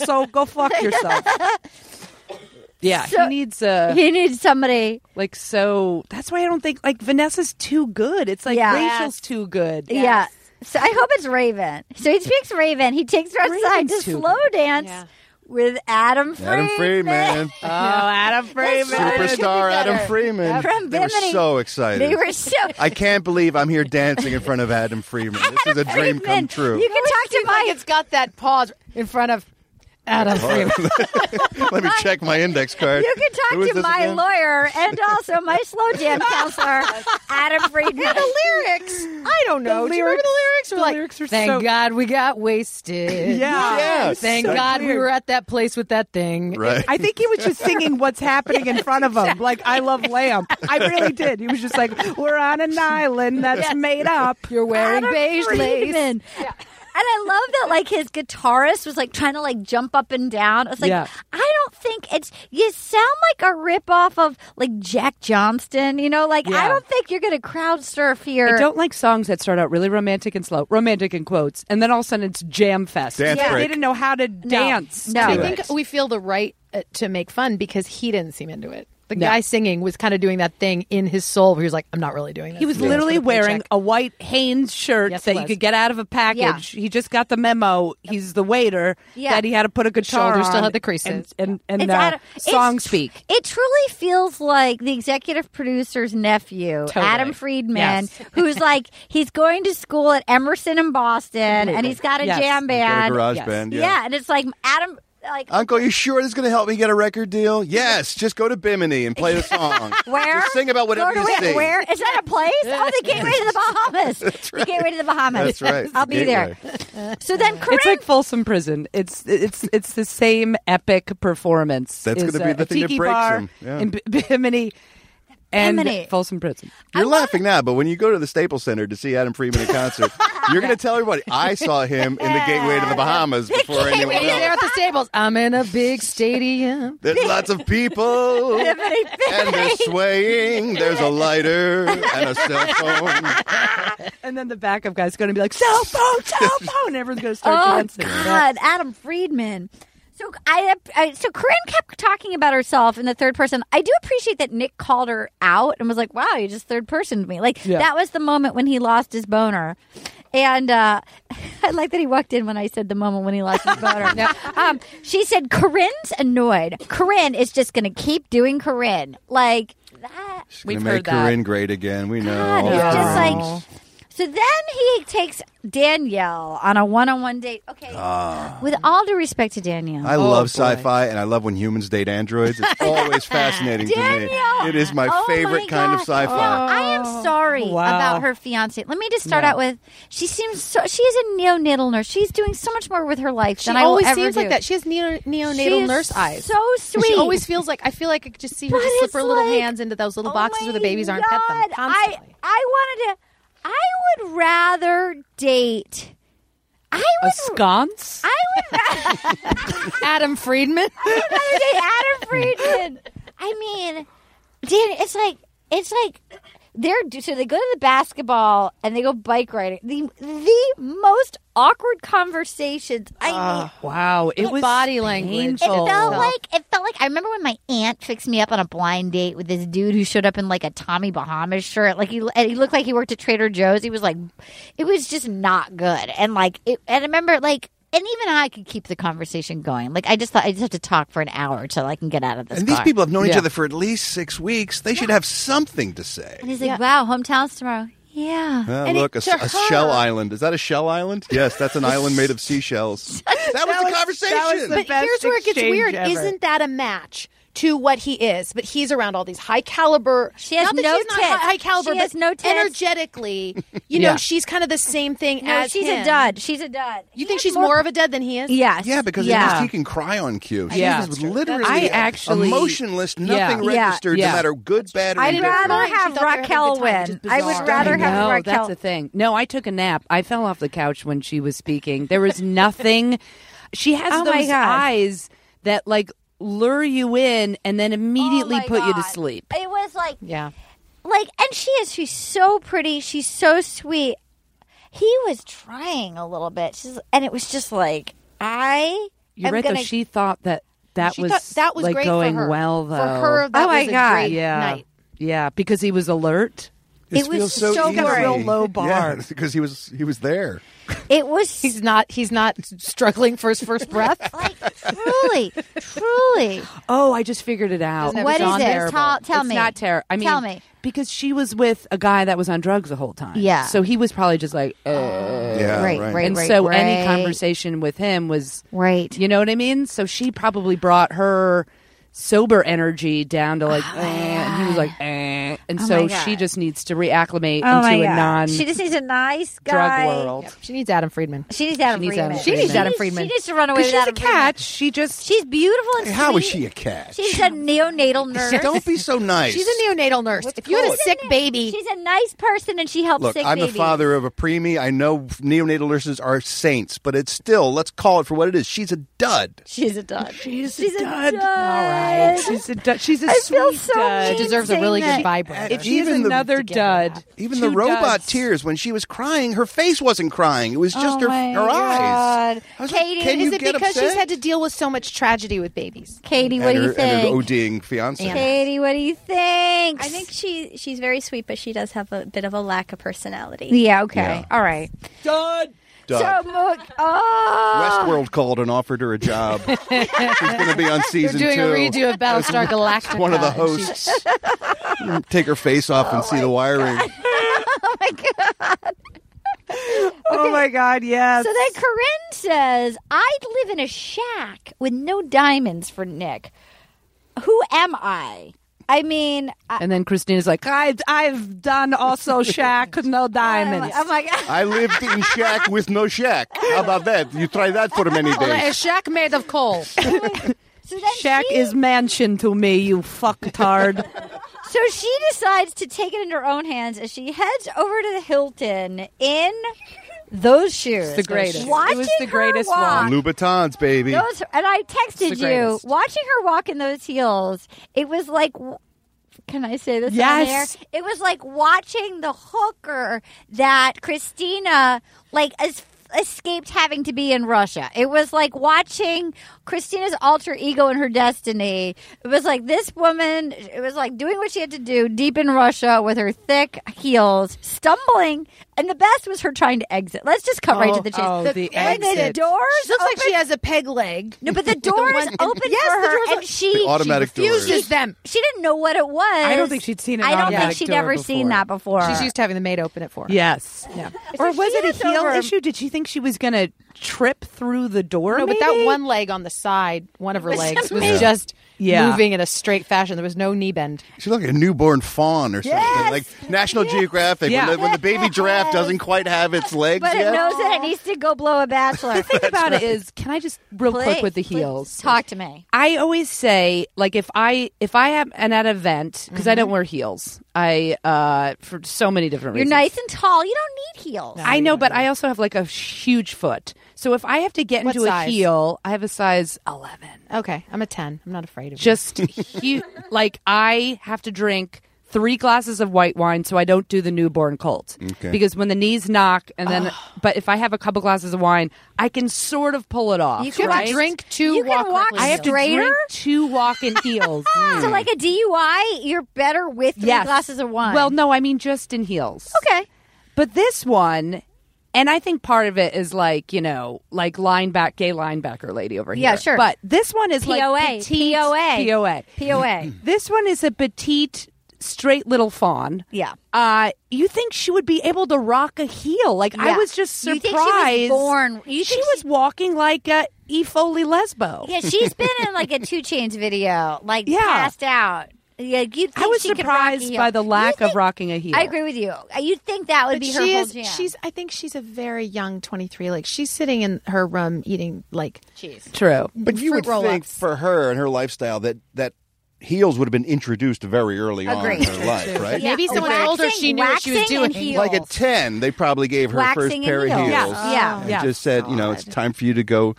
D: so go fuck yourself." Yeah,
C: So-
D: he needs a
C: He needs somebody.
D: like so. That's why I don't think like Vanessa's too good. It's like
C: Yeah.
D: Rachel's too good.
C: Yeah. So I hope it's Raven. So he picks Raven. He takes her outside to
D: Raven's too
C: slow dance with Adam Freeman.
E: Adam Freeman,
D: Oh, Adam Freeman.
E: superstar Adam
C: better.
E: Freeman.
C: From
E: they were
C: Bimini.
E: so excited.
C: They were so.
E: I can't believe I'm here dancing in front of Adam Freeman. This is a dream
C: Freeman.
E: come true.
C: You can talk to
G: Seems like
C: my.
G: it's got that pause in front of Adam Freeman.
E: Let me check my index card.
C: You can
E: Who
C: talk
E: is
C: to
E: this
C: my
E: again?
C: lawyer and also my slow jam counselor, Adam Friedman.
G: the lyrics. I don't know. Do you remember the lyrics? We're like,
D: lyrics are
H: Thank
D: so-
H: God we got wasted.
D: Yeah.
E: Yeah,
H: Thank
E: so
H: God we
D: weird.
H: were at that place with that thing.
E: Right.
D: I think he was just singing what's happening in front of him. Like, I love lamb. I really did. He was just like, we're on an island that's made up.
H: You're wearing
C: Adam
H: beige lace.
C: Friedman. And I love that, like his guitarist was like trying to like jump up and down. It's like
D: Yeah.
C: I don't think it's you sound like a ripoff of like Jack Johnston. You know, like I
D: Yeah.
C: don't think you're gonna crowd surf here.
D: I don't like songs that start out really romantic and slow, romantic in quotes, and then all of a sudden it's jam fest.
E: Dance Yeah. break.
D: They didn't know how to dance.
C: No.
D: to
G: I
C: do
G: think
D: it.
G: we feel the right uh, to make fun because he didn't seem into it. The
D: No.
G: guy singing was kind of doing that thing in his soul where he was like, I'm not really doing this.
D: He was
G: This is
D: literally
G: for the paycheck."
D: wearing a white Hanes shirt
G: Yes,
D: that
G: he
D: you
G: was.
D: could get out of a package.
C: Yeah.
D: He just got the memo. He's the waiter.
C: Yeah.
D: That he had to put a guitar
G: shoulders still
D: on
G: had the creases.
D: And, and, and
C: It's
D: uh,
C: Adam- it's
D: song
C: tr-
D: speak.
C: It truly feels like the executive producer's nephew,
D: Totally.
C: Adam Friedman,
D: Yes.
C: who's like he's going to school at Emerson in Boston, and he's got a
D: Yes.
C: jam
E: Got a
C: band.
E: garage
D: Yes.
E: band.
C: yeah. and it's like Adam, like
E: Uncle, you sure this is going to help me get a record deal? Yes, just go to Bimini and play the song.
C: where
E: Just sing about
C: Go
E: whatever
C: to
E: you
C: where,
E: sing.
C: Where is that a place? Oh, the gateway to the Bahamas. The gateway to the Bahamas.
E: That's right.
C: I'll be there. So then, Corinne,
D: It's like Folsom Prison. It's it's it's the same epic performance.
E: That's
D: It's
E: gonna be
D: a-
E: the
D: a
E: thing that
D: tiki
E: breaks
D: bar
E: him. Yeah.
D: in B- Bimini and
C: Bimini.
D: Folsom Prison.
E: You're laughing now, but when you go to the Staples Center to see Adam Freeman in concert, you're going to tell everybody, I saw him in the gateway to the Bahamas before anyone
H: He's there at
E: else.
H: the stables. I'm in a big stadium.
E: There's lots of people, and they're swaying. There's a lighter and a cell phone.
D: And then the backup guy's going to be like, cell phone, cell phone. And everyone's going to start
C: oh
D: dancing.
C: God, Adam Friedman. So So I, I so Corinne kept talking about herself in the third person. I do appreciate that Nick called her out and was like, "Wow, you just third personed me." Like
I: Yeah.
C: that was the moment when he lost his boner. And uh, I like that he walked in when I said the moment when he lost his boner. um, she said, "Corinne's annoyed. Corinne is just going to keep doing Corinne." Like
E: She's
C: We've
E: gonna
C: heard
E: make
C: that.
E: Corinne great again. We know.
C: God,
E: all
C: it's
E: the
C: just like-
E: girls.
C: so. Then he takes Danielle on a one-on-one date. Okay,
E: Ah.
C: with all due respect to Danielle,
E: I love sci-fi, and I love when humans date androids. It's always fascinating to me. It is my
C: Oh
E: favorite kind
C: God.
E: of sci-fi.
C: No, I
G: Oh,
C: am sorry
E: Wow.
C: about her fiance. Let me just start
E: Yeah.
C: out with she seems so she is a neonatal nurse. She's doing so much more with her life
G: She
C: than I will
G: always
C: ever
G: seems like
C: do.
G: that. She has neo- neonatal
C: She is
G: nurse eyes.
C: So sweet.
G: She always feels like I feel like I could just see her
C: But
G: just slip
C: it's
G: her little
C: like,
G: hands into those little boxes where the babies aren't pet them.
C: Oh God, I I wanted to. I would rather date. I would
D: Oh. a sconce.
C: I would
H: Adam Friedman.
C: I would rather date Adam Friedman. I mean, Dan, it's like it's like they're do- so they go to the basketball and they go bike riding. The the most awkward conversations. I mean,
E: Ah.
D: wow, it was
C: body
D: language.
C: It
G: Oh.
C: felt like it felt like I remember when my aunt fixed me up on a blind date with this dude who showed up in like a Tommy Bahamas shirt. Like he and he looked like he worked at Trader Joe's. He was like, it was just not good. And like, it, and I remember like. And even I could keep the conversation going. Like I just thought I just have to talk for an hour till I can get out of this.
E: And these
C: car.
E: people have known each
C: Yeah.
E: other for at least six weeks. They should have something to say.
C: And he's like, "Wow, hometowns tomorrow." Yeah.
E: Ah, look, a, s- a shell island. Is that a shell island? Yes, that's an island made of seashells.
G: that
E: was the conversation.
D: that was the
G: but
D: best
G: here's where it gets
D: exchange
G: weird.
D: ever.
G: Isn't that a match to what he is? But he's around all these high caliber. She
C: has
G: not that
C: no
G: she's not
C: tits.
G: high, high caliber.
C: She has
G: but
C: no tits.
G: Energetically, you
E: Yeah.
G: know, she's kind of the same thing
C: No,
G: as
C: she's
G: him.
C: a dud. She's a dud.
G: You think she's more, of a dud than he is?
C: Yes.
E: Yeah, because
G: Yeah.
E: At least he can cry on cue. She
G: Yeah.
E: was
G: That's true.
E: literally
G: I actually-
E: emotionless, nothing
D: Yeah.
E: registered,
D: Yeah.
E: no matter good, bad, or
D: I'd
E: indifferent.
D: rather
C: have Raquel win. I would rather
D: I
C: have
D: know,
C: Raquel.
D: That's the thing. No, I took a nap. I fell off the couch when she was speaking. There was nothing. she has
C: Oh my
D: those
C: God.
D: eyes that like lure you in and then immediately
C: Oh my
D: put you to
C: God.
D: sleep.
C: It was like,
D: Yeah.
C: like, and she is. She's so pretty. She's so sweet. He was trying a little bit, she's, and it was just like I.
D: You're
C: am
D: right
C: gonna,
D: though. She thought that that
C: She
D: was
C: thought that was
D: like
C: great for
D: going
C: her.
D: well
C: For
D: though.
C: her, that Oh, my was a God. great
D: yeah.
C: night.
D: Yeah, because he was alert.
E: This feels
D: She's got a
E: easy.
D: real low bar.
E: Yeah, because he was he was there.
C: It was.
G: He's not. He's not struggling for his first breath.
C: truly, truly.
D: Oh, I just figured it out.
C: Isn't it What is it?
D: Terrible.
C: Tell- tell
D: it's
C: me.
D: Not terrible. I mean,
C: Tell me.
D: because she was with a guy that was on drugs the whole time.
C: Yeah. Oh,
D: So he was probably just like, uh,
C: Yeah, Right, right. right,
D: and
C: right,
D: so
C: right.
D: any conversation with him was
C: right.
D: You know what I mean? So she probably brought her sober energy down to like, eh, and he was like, eh. and
C: Oh
D: so
C: my God.
D: she just needs to reacclimate
C: Oh my
D: into a
C: God.
D: non.
C: She just needs a nice
D: drug
C: guy.
D: world.
G: She needs Adam Friedman.
C: She needs Adam
D: She needs
C: Friedman.
D: Adam Friedman.
C: She needs- She needs to run away with
D: Because she's
C: Adam
D: a catch. She just
C: she's beautiful and
E: How is
C: sweet.
E: she a cat?
C: She's a neonatal nurse.
E: Don't be so nice.
G: She's a neonatal nurse. if you had a
C: She's
G: sick
C: ni-
G: baby,
C: she's a nice person and she helps
E: Look,
C: sick
E: I'm the
C: babies.
E: father of a preemie. I know neonatal nurses are saints, but it's still let's call it for what it is. She's a dud.
C: She's a dud.
D: She's,
C: a
D: dud. All right. She's a dud. She's a
C: I
D: sweet
C: feel so
G: uh,
D: dud.
C: mean She deserves a really saying good that. vibrator.
D: If she's
E: Even the-
D: another dud,
E: Even the
D: two
E: robot
D: duds.
E: tears when she was crying, her face wasn't crying. It was just her her eyes. I was like,
G: Katie,
E: can
G: is
E: you
G: it
E: get
G: because she's
E: upset?
G: had to deal with so much tragedy with babies?
C: Katie,
E: and her, And her ODing fiance.
C: Katie, what do you think?
F: I think she she's very sweet, but she does have a bit of a lack of personality.
C: Yeah, okay. All right.
D: Dud.
E: Dud.
C: So, Mook, oh.
E: Westworld called and offered her a job. she's going to be on season
H: doing
E: two.
H: a redo of Battlestar Galactica.
E: One of the
H: and she-
E: hosts. Take her face off and see the wiring.
C: oh my god.
D: Oh my god, yes.
C: So then Corinne says, I'd live in a shack with no diamonds for Nick. Who am I? I mean, I,
D: And then Christina's like, I've, I've done also Shaq, no diamonds.
C: I'm like,
E: I lived in shack with no shack. How about that? You try that for many
C: Oh,
H: A
E: days.
H: shack made of coal.
D: Shaq is mansion to me, you fucktard.
C: so she decides to take it into her own hands as she heads over to the Hilton in those shoes.
D: It's the greatest.
C: Watching
D: It was the
C: her
D: greatest
C: walk,
E: Louboutins, baby.
C: Those, and I texted
E: It's the
C: you
E: greatest.
C: watching her walk in those heels. It was like, can I say this?
D: Yes.
C: On air? It was like watching the hooker that Christina like is escaped having to be in Russia. It was like watching Christina's alter ego in her destiny. It was like this woman, it was like doing what she had to do deep in Russia with her thick heels, stumbling. And the best was her trying to exit. Let's just cut right to the chase.
G: Oh, the
C: when
G: exit.
C: doors
G: She looks like she
C: opened-
G: has a peg leg.
C: No, but the doors
G: one-
C: opened
G: Yes,
C: for
G: the
C: her,
G: doors
C: and
G: open-
C: she
G: The
C: she
G: automatic doors.
C: refuses
G: them.
C: She didn't know what it was.
G: I don't think she'd seen an
C: I don't think
G: automatic
C: she'd
G: door
C: ever seen
G: before.
C: that before.
G: She's used to having the maid open it for her.
D: Yes.
G: Yeah.
D: or was
G: she
D: it
G: has
D: a heel
G: over-
D: issue? Did she think she was going to trip through the door?
G: No, but that
D: maybe?
G: one leg on the side, one of her
D: Was
G: legs, was
E: amazing.
G: just
E: Yeah.
G: moving in a straight fashion. There was no knee bend.
E: She looked like a newborn fawn or something, like National Geographic.
G: Yeah.
E: When, the, when the baby giraffe doesn't quite have its legs
C: but
E: yet.
C: it knows that it needs to go blow a bachelor. the thing
D: about it is, can I just real quick with the heels?
C: Talk to me.
D: I always say, like, if I if I am at an event because I don't
G: Mm-hmm.
D: wear heels, I uh for so many different
C: You're
D: reasons.
C: nice and tall. You don't need heels.
D: I know, but I also have like a huge foot. So if I have to get
G: What
D: into
G: size?
D: a heel, I have a size 11.
G: Okay, I'm a 10. I'm not afraid of you.
D: Just huge. like I have to drink three glasses of white wine so I don't do the newborn colt.
E: Okay.
D: Because when the knees knock and then but if I have a couple glasses of wine, I can sort of pull it off.
G: You can
D: right?
G: drink two
C: You can
G: walk
C: walk
G: quickly
D: I have to
C: straighter?
D: drink two walk in heels.
C: Ah, So like a DUI, you're better with three
D: Yes.
C: glasses of wine.
D: Well, no, I mean just in heels.
C: Okay.
D: Oh, But this one, and I think part of it is like, you know, like lineback, gay linebacker lady over here.
C: Yeah, sure.
D: But this one is
C: POA,
D: like petite,
C: POA,
D: POA.
C: POA.
D: This one is a petite, straight little fawn.
C: Yeah.
D: Uh, you think she would be able to rock a heel? Like
C: Yeah.
D: I was just
C: You
D: surprised.
C: think she was born- you
D: she
C: think
D: was walking like a E Foley lesbo.
C: Yeah, she's been in like a Two Chains video, like
D: Yeah.
C: passed out. Yeah, you.
D: I was surprised by the lack of rocking a heel.
C: I agree with you. You'd think that would
G: But
C: be her
G: she
C: whole
G: is,
C: jam.
G: She's. I think she's a very young 23. Like she's sitting in her room eating like cheese.
D: True.
E: But you would
G: Fruit roll-ups.
E: think for her and her lifestyle that that heels would have been introduced very early
C: Agreed.
E: on in her life, right?
G: Maybe someone
C: Waxing-
G: older she knew what she was
C: waxing and
G: doing.
C: heels.
E: Like at ten, they probably gave her first
C: Waxing and
E: pair of
C: heels.
E: heels.
C: Yeah. Yeah.
D: Oh.
E: And
C: Yeah.
E: just said, you know, it's time for you to go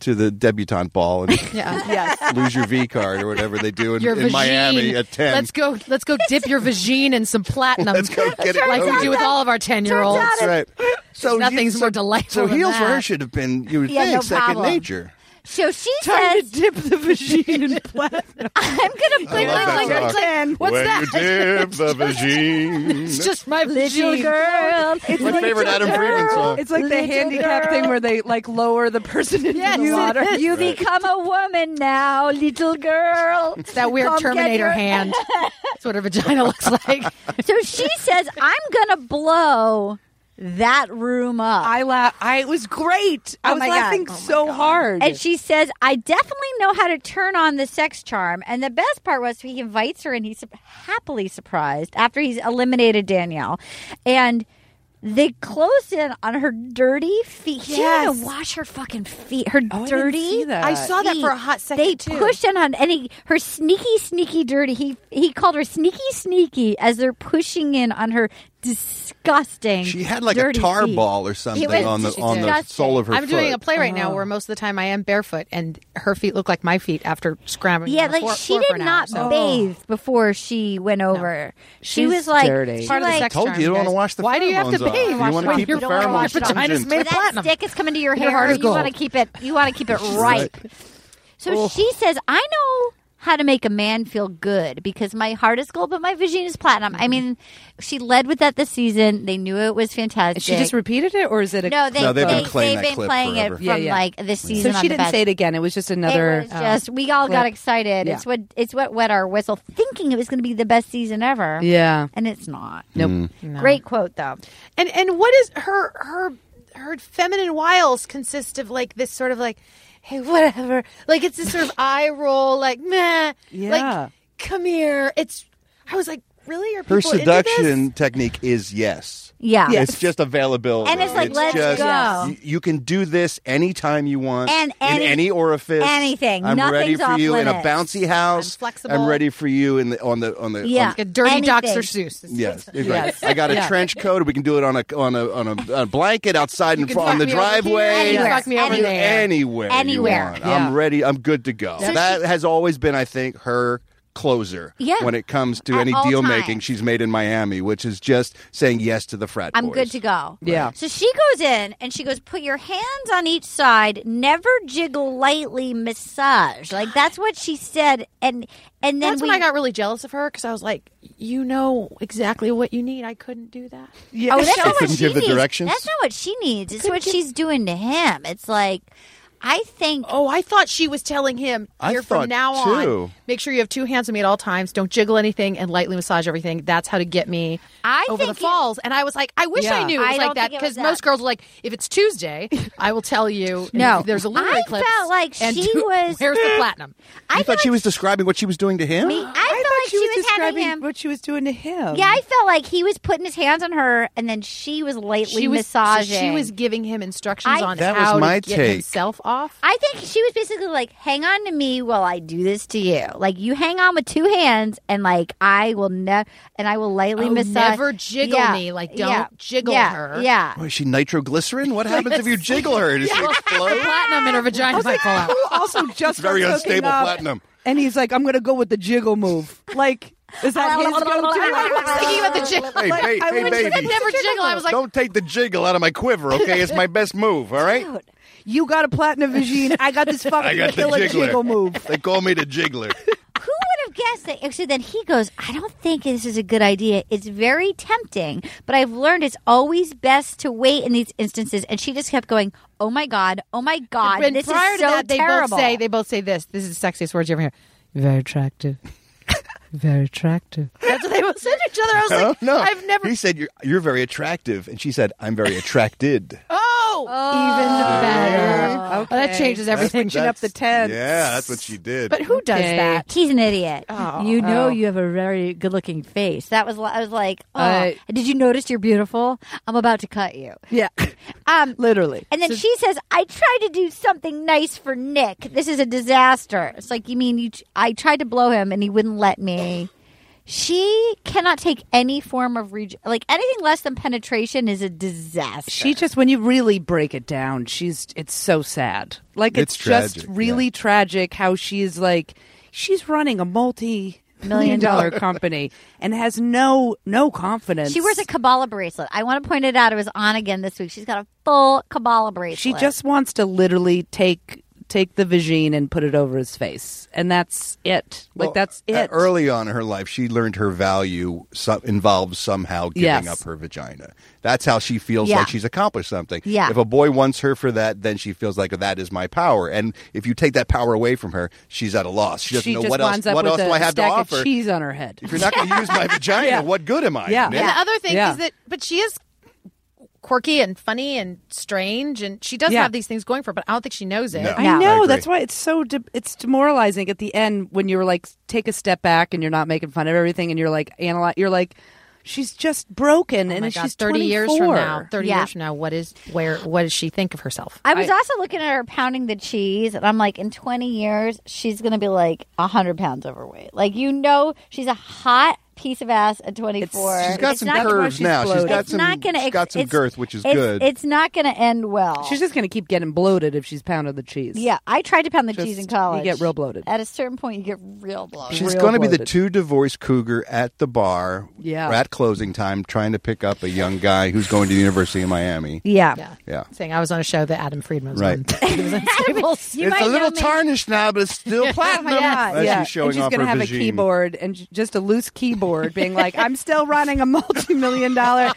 E: to the debutante ball and lose your V card or whatever they do in,
G: Your
E: in Miami
G: vagine.
E: at ten.
G: Let's go. Let's go dip your vagine in some platinum.
E: Let's go get it
G: like
E: over
G: we do with
E: with.
G: all of our ten year olds.
E: That's right. So you-
G: nothing's
E: so-
G: more delightful
E: So
G: than
E: heels for her
G: that.
E: should have been you would
C: Yeah,
E: think
C: no
E: second
C: problem.
E: nature.
C: so she
D: Time to
C: says,
D: dip the machine in platinum.
C: "I'm gonna
E: I
C: bring
E: love
C: my
E: that
C: little
E: song.
D: Ten.
G: What's
E: when
G: that?
E: you dip the vagine.
G: It's just my
C: little
G: vagine.
C: girl."
D: It's
E: My favorite Adam Friedman song.
D: It's like the
C: Little
D: handicap
C: girl.
D: thing where they like lower the person into
G: Yes,
D: the water.
C: You become a woman now, little girl.
G: It's that weird
C: Come get
G: Terminator
C: your-
G: hand. That's what her vagina looks like.
C: So she says, "I'm gonna blow that room up."
D: I laugh. I it was great. I
C: Oh
D: was
C: my God.
D: laughing
C: Oh my
D: so hard.
C: And she says, I definitely know how to turn on the sex charm. And the best part was he invites her and he's happily surprised after he's eliminated Danielle. And they close in on her dirty feet. She had to
G: Yes. Oh,
C: wash her fucking feet. Her
D: I didn't
C: dirty.
D: see that.
G: I saw that for a hot second.
C: They
G: too.
C: pushed in on and he, her sneaky, sneaky, dirty. He he called her sneaky, sneaky as they're pushing in on her disgusting.
E: She had like
C: dirty
E: a tar
C: feet.
E: ball or something
C: was
E: on the on the
C: disgusting.
E: sole of her
G: I'm
E: foot.
G: doing a play right
C: Oh.
G: now where most of the time I am barefoot, and her feet look like my feet after scrambling.
C: Yeah,
G: on the
C: like
G: floor,
C: she
G: floor for
C: did
G: an
C: not
G: hour, so.
C: bathe before she went over. She
D: She's
C: was like,
D: dirty.
C: she
G: Part of the
C: like-
G: sex
E: Told
G: charm,
E: you, you don't wanna
G: guys.
E: wash the
G: Why do you have to
E: pheromones off.
G: bathe?
E: You wanna
G: Why-
E: keep
G: you don't wanna
E: pheromones
G: wash your vagina's
E: pungent.
G: made
C: Where
G: of
C: that
G: platinum.
C: stick is coming to your
G: Your
C: hair.
G: heart is
C: you want to
G: gold.
C: keep it. You want to keep it ripe. So she says, "I know how to make a man feel good because my heart is gold, but my vagina is platinum."
D: Mm-hmm.
C: I mean, she led with that this season. They knew it was fantastic.
D: she just repeated it, or is it a
C: no, they,
E: No, they've
C: they,
E: been
C: have
E: playing that
C: been
E: clip
C: playing
E: forever.
C: it from
D: Yeah, yeah.
C: like this season.
D: So
C: on
D: she
C: the
D: didn't
C: best.
D: say it again. It was just another. um,
C: It
G: oh.
C: was just we all got
D: Clip.
C: excited.
D: Yeah.
C: It's what it's what wet our whistle, thinking it was going to be the best season ever.
D: yeah.
C: and it's not.
D: Nope.
C: Great quote though.
G: And and what is her her her feminine wiles consist of like this sort of like, hey, whatever. Like it's this sort of eye roll, like meh,
D: Yeah.
G: like come here. It's I was like, really? Are people
E: her
G: into
E: seduction technique is yes.
C: Yeah. Yes.
E: It's just availability.
C: And it's like, let's
E: just,
C: go.
E: You, you can do this anytime you want.
C: And any-
E: in any orifice.
C: anything.
E: I'm ready
C: Nothing's
E: for you in a
C: off-limits.
E: bouncy house.
G: I'm flexible.
E: ready for you in the on the on the on
C: Yeah.
G: Like a dirty
C: Anything.
G: Dr. Seuss. It's-
E: Yes, exactly.
D: Yes.
E: I got a
D: Yeah.
E: trench coat. We can do it on a on a on a, on a blanket outside and
G: can
E: fr- on
G: fuck
E: the
G: me over here,
E: driveway.
G: you can
C: Anywhere.
G: fuck me over
C: Anywhere.
G: there.
E: Anywhere, you
C: Anywhere.
E: want.
D: Yeah.
E: I'm ready. I'm good to go. that has always been, I think, her closer
C: Yeah.
E: when it comes to
C: At
E: any
C: all
E: deal
C: times.
E: making she's made in Miami, which is just saying yes to the frat
C: I'm
E: boys.
C: good to go.
E: Yeah.
C: So she goes in and she goes, put your hands on each side, never jiggle lightly, massage. Like that's what she said. And and then
G: That's
C: we
G: when I got really jealous of her because I was like, you know exactly what you need. I couldn't do that.
C: Yeah. Oh, that's
E: She
C: not what
E: couldn't
C: she
E: give the
C: needs.
E: directions?
C: That's not what she needs. It's
G: Couldn't
C: what
G: give-
C: she's doing to him. It's like I think.
G: Oh, I thought she was telling him
E: I
G: here from
E: thought,
G: now
E: too.
G: on. Make sure you have two hands on me at all times. Don't jiggle anything and lightly massage everything. That's how to get me
C: I
G: over the
C: think
G: falls. and I was like, I wish I
C: Yeah.
G: knew it was
C: I
G: like
C: don't
G: that
C: think it was
G: because most
C: that.
G: girls are like, if it's Tuesday, I will tell you.
C: No.
G: if there's a lunar
C: I
G: eclipse.
C: felt like
G: and
C: she
G: do-
C: was-
G: Where's the platinum?
E: you thought she was describing what she was doing to him?
C: Me, I, felt like she was, having him.
D: what she was doing to him.
C: Yeah, I felt like he was putting his hands on her, and then she was lightly
G: She was so
C: massaging.
G: she was giving him instructions
C: I-
G: on
E: That was
G: how
E: my
G: to get
E: take.
G: himself off.
C: I think she was basically like, hang on to me while I do this to you. Like, you hang on with two hands, and like, I will never, and I will lightly
G: Oh,
C: massage.
G: never jiggle
C: Yeah,
G: me. Like, don't
C: yeah,
G: jiggle
C: yeah,
G: her.
C: Yeah.
E: Oh, is she nitroglycerin? What happens if you
G: Yes.
E: jiggle her? Does she
G: Yeah.
E: explode?
G: Platinum in her vagina might fall out.
D: Who also just
E: very
D: starts hooking
E: unstable
D: up,
E: platinum.
D: And he's like, I'm gonna go with the jiggle move. Like, is that his go-to?
G: Thinking about the jiggle.
E: Hey,
D: Like,
E: ba-
D: I
E: hey
D: went to the
E: baby.
G: Never jiggle. I was like,
E: Don't take the jiggle out of my quiver, okay? It's my best move, all right?
D: You got a platinum vagine. I got this
E: I
D: fucking
E: got the
D: killer
E: jiggler.
D: jiggle move.
E: They call me the jiggler.
C: Who would have guessed that? Actually, then he goes, I don't think this is a good idea. It's very tempting, but I've learned it's always best to wait in these instances. And she just kept going, Oh my God, oh my God.
G: And
C: this
G: prior
C: is
G: to
C: so
G: that, they
C: terrible.
G: both say they both say this. This is the sexiest words you ever hear.
J: Very attractive. Very attractive.
G: That's what they both said to each other. I was
E: Oh,
G: like,
E: no.
G: I've never.
E: He said, you're, you're very attractive. And she said, I'm very attracted.
G: Oh, even better.
D: Okay.
J: Oh, that changes everything.
D: Switching up the tense.
E: Yeah, that's what she did.
G: But who does
J: Okay.
G: that?
C: He's an idiot.
K: You know
D: Oh.
K: you have a very good-looking face. Uh,
C: That was I was like, oh,
D: I-
C: did you notice you're beautiful? I'm about to cut you.
D: Yeah,
C: Um,
D: literally.
C: and then she says, I tried to do something nice for Nick. This is a disaster. It's like you mean you? I tried to blow him and he wouldn't let me. She cannot take any form of reg- like anything less than penetration is a disaster.
D: She just when you really break it down, she's it's so sad. Like it's,
E: It's
D: just
E: tragic,
D: really tragic how she's like she's running a multi million dollar company and has no no confidence.
C: she wears a Kabbalah bracelet. I want to point it out. It was on again this week. She's got a full Kabbalah bracelet.
D: she just wants to literally take take the vagine and put it over his face. And that's it.
E: Well,
D: like that's
E: uh,
D: it.
E: Early on in her life, she learned her value so- involves somehow giving
D: Yes.
E: up her vagina. That's how she feels
C: Yeah.
E: like she's accomplished something.
C: Yeah.
E: If a boy wants her for that, then she feels like that is my power. And if you take that power away from her, she's at a loss. She doesn't
D: she
E: know
D: just
E: what else.
D: winds up
E: What
D: with
E: else
D: a
E: do I have to
D: stack
E: offer?
D: of cheese on her head.
E: If you're not going to use my vagina,
D: Yeah.
E: what good am I?
D: Yeah.
E: Nick?
G: And the other thing
D: Yeah.
G: is that, but she is quirky and funny and strange, and she does
D: Yeah.
G: have these things going for her, but I don't think she knows it.
E: No.
D: I
E: Yeah. I
D: know.
E: agree.
D: that's why it's so de- it's demoralizing at the end when you're like take a step back and you're not making fun of everything and you're like analyze you're like she's just broken
G: Oh
D: and
G: my
D: it's
G: God,
D: she's
G: 30 years from
D: 24.
G: now, 30
C: Yeah.
G: years from now, what is, where, what does she think of herself?
C: I was also looking at her pounding the cheese, and I'm like, in 20 years, she's going to be like 100 pounds overweight. Like, you know, she's a hot piece of ass at 24.
E: She's got
C: It's
E: some
C: not-
E: curves now. She's
D: bloated.
E: got
C: It's
E: some.
C: not going to.
E: she's got some girth, which is good.
C: It's not going to end well.
D: She's just gonna keep getting bloated if she's pounded the cheese.
C: yeah, I tried to pound the
D: Just-
C: cheese in college.
D: you get real bloated.
C: At a certain point, you get real bloated.
E: She's
D: real
E: going to be the
D: bloated.
E: two divorced cougar at the bar
D: Yeah.
E: at closing time, trying to pick up a young guy who's going to the University of Miami.
D: yeah.
G: Yeah.
E: Yeah.
G: Saying I was on a show that Adam Friedman was
E: Right.
G: on. He was on Staples.
C: You might
E: it's a
C: know
E: little
C: me.
E: tarnished now, but it's still platinum.
D: Yeah,
E: As
D: Oh yeah.
E: she's showing
D: and she's
E: off
D: gonna
E: her
D: have
E: vagine.
D: a keyboard and j- just a loose keyboard, being like, "I'm still running a multi-million dollar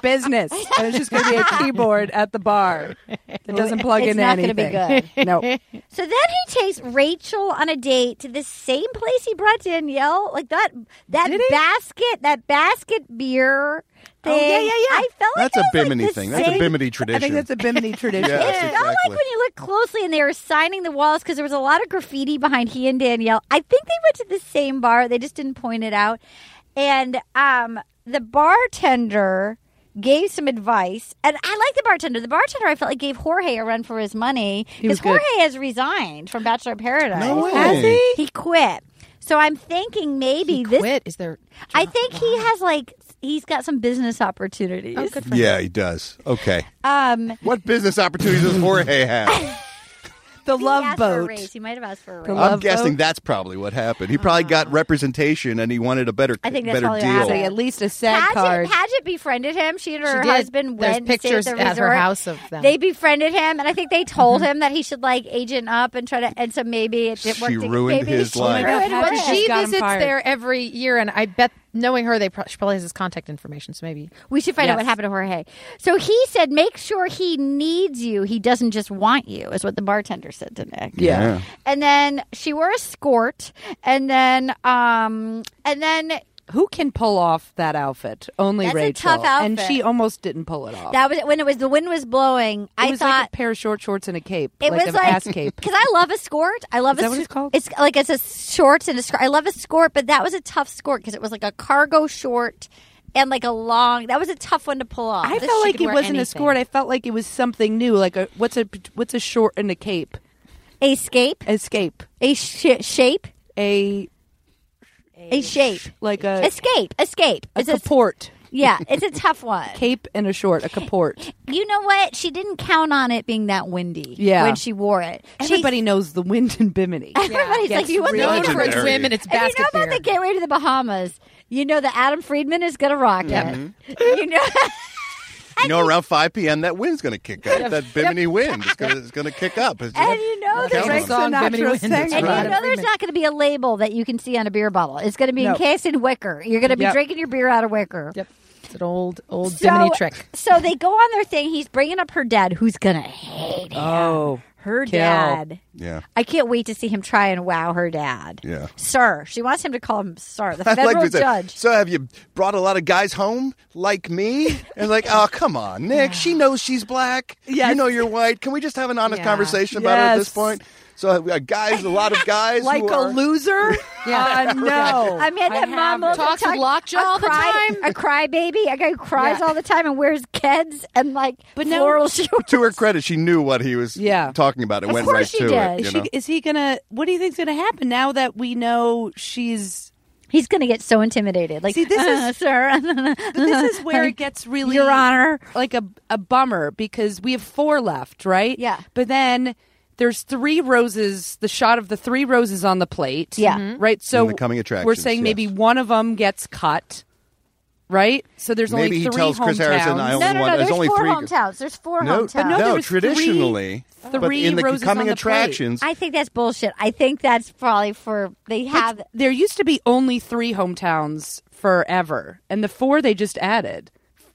D: business," and it's just gonna be a keyboard at the bar that doesn't plug
C: It's
D: into
C: not gonna be
D: anything. No,
C: So then he takes Rachel on a date to the same place he brought Danielle. Like that that
D: Did he?
C: basket, that basket beer thing.
D: Oh, yeah, yeah, yeah.
C: I felt like that was,
E: That's a
C: like,
E: Bimini
C: the
E: thing. That's a
C: same-
E: Bimini
D: I think
E: tradition.
D: that's a Bimini tradition.
E: Yes,
C: It felt like
E: exactly.
C: when you look closely and they were signing the walls because there was a lot of graffiti behind he and Danielle. I think they went to the same bar. They just didn't point it out. And um, the bartender gave some advice. And I like the bartender. The bartender, I felt like, gave Jorge a run for his money
D: was
C: because
D: good.
C: Jorge has resigned from Bachelor of Paradise.
E: No way. Has he?
C: He quit. So I'm thinking maybe
G: He
C: this.
G: quit. Is there?
C: I think he has like he's got some business opportunities.
G: Oh, good for him.
E: yeah, he does. Okay.
C: Um,
E: What business opportunities does Jorge have?
D: The
C: asked
D: love
C: for a
D: boat.
C: raise. He might have asked for a raise.
E: I'm guessing that's probably what happened. He probably got representation and he wanted a better,
C: Uh-huh. I think that's
E: better
C: probably
E: deal.
D: at least a sad
C: Paget,
D: card.
C: Paget befriended him. She and
G: She
C: her
G: did.
C: husband
G: There's
C: went. stayed
G: pictures
C: at, the
G: at her
C: resort.
G: house of them. Mm-hmm.
C: They befriended him, and I think they told him that he should like agent up and try to. And so maybe it didn't work.
E: She
C: to-
E: ruined
C: maybe
E: his
C: she
E: life.
C: ruined
G: But
C: him.
G: she visits there every year, and I bet knowing her, they pro- she probably has his contact information. So maybe
C: We should find out what
G: Yes.
C: happened to Jorge. So he said, "Make sure he needs you. He doesn't just want you," is what the bartender said to Nick.
E: Yeah.
C: And then she wore a skirt, and then um, and then
D: Who can pull off that outfit? Only
C: That's a
D: Rachel.
C: tough
D: And
C: outfit.
D: she almost didn't pull it off.
C: that was when it was the wind was blowing.
D: it
C: I
D: was
C: thought
D: like a pair of short shorts and a cape.
C: It
D: like
C: was
D: an
C: like
D: ass cape.
C: because I love a skirt. I love
D: Is
C: a
D: that what
C: sk-
D: it's called?
C: It's like it's a shorts and a skirt. I love a skirt, but that was a tough skirt because it was like a cargo short and like a long. That was a tough one to pull off.
D: I felt like it wasn't a skirt. I felt like it was something new. Like a what's a what's a short and a cape?
C: Escape.
D: Escape.
C: A sh- shape.
D: A
C: a shape.
D: Like a
C: escape. Escape.
D: uh, a
C: It's a-
D: caport.
C: yeah, it's a tough one.
D: cape and a short. A caport.
C: You know what? She didn't count on it being that windy.
D: Yeah.
C: when she wore it,
D: Everybody knows the wind in Bimini.
C: Everybody's like,
D: Gets
C: you want the
D: really
C: wind in
D: dirty.
C: Bimini.
G: it's
C: If you know about the gateway to the Bahamas, you know that Adam Friedman is going to rock it. You know,
E: You know, around 5 p.m., that wind's going to kick up. That Bimini wind is going to, it's going to kick up. It's-
C: and you know
E: Count
C: there's,
E: on
D: Frank
E: it.
D: Sinatra
G: Bimini
D: sang
G: Windows,
C: and
D: about
C: you
D: it.
C: know there's not going to be a label that you can see on a beer bottle. It's going to be
D: No.
C: encased in wicker. You're going to be
D: Yep.
C: drinking your beer out of wicker.
G: Yep, it's an old old
C: So-
G: Bimini trick.
C: So they go on their thing. He's bringing up her dad, who's going to hate him.
D: Oh,
C: her
D: kill.
C: dad.
E: yeah.
C: I can't wait to see him try and wow her dad.
E: Yeah.
C: Sir. She wants him to call him sir, the
E: I'd like
C: federal
E: to say,
C: judge.
E: So have you brought a lot of guys home like me? And like, oh come on, Nick. She knows she's black. You
D: Yes.
E: know you're white. Can we just have an honest
G: Yeah.
E: conversation about it at this
D: Yes.
E: point? So uh, we got guys, a lot of guys
D: like
E: who
D: a
E: are,
D: loser.
G: Yeah.
D: Uh, no.
C: I mean, that mom all the
G: Talks with
C: time-
G: Lockjaw
C: a
G: all the
C: cry-
G: time.
C: A crybaby, a guy who cries
D: Yeah.
C: all the time and wears kids and like floral shoes.
E: To her credit, she knew what he was
D: Yeah.
E: talking about. It
C: Of
E: went
C: course
E: right
C: she
E: to
C: did.
E: it. You
D: Is,
E: know?
D: she, is he gonna? What do you think's gonna happen now that we know she's?
C: He's going to get so intimidated. Like,
D: See, this is-
C: "Uh, sir.
D: This is where it gets really,
C: Your Honor.
D: like a a bummer because we have four left, right?
C: Yeah.
D: But then there's three roses. The shot of the three roses on the plate.
C: Yeah. Mhm.
D: Right. So
E: In the coming
D: we're
E: attractions,
D: saying
E: yes.
D: maybe one of them gets cut. Right. So there's
E: Maybe
D: only
E: he
D: three
E: tells Chris Harrison,
D: hometowns.
E: "I
C: No,
E: only
C: no,
E: one-
C: no.
E: there's
C: There's
E: only
C: four
E: three-
C: hometowns. There's four
E: no,
C: hometowns.
D: no, there was three-
E: traditionally, but
D: three
E: in the
D: roses on
E: coming
D: the plate.
E: attractions,
C: I think that's bullshit. I think that's probably for they
D: But
C: have.
D: there used to be only three hometowns forever, and the four they just added.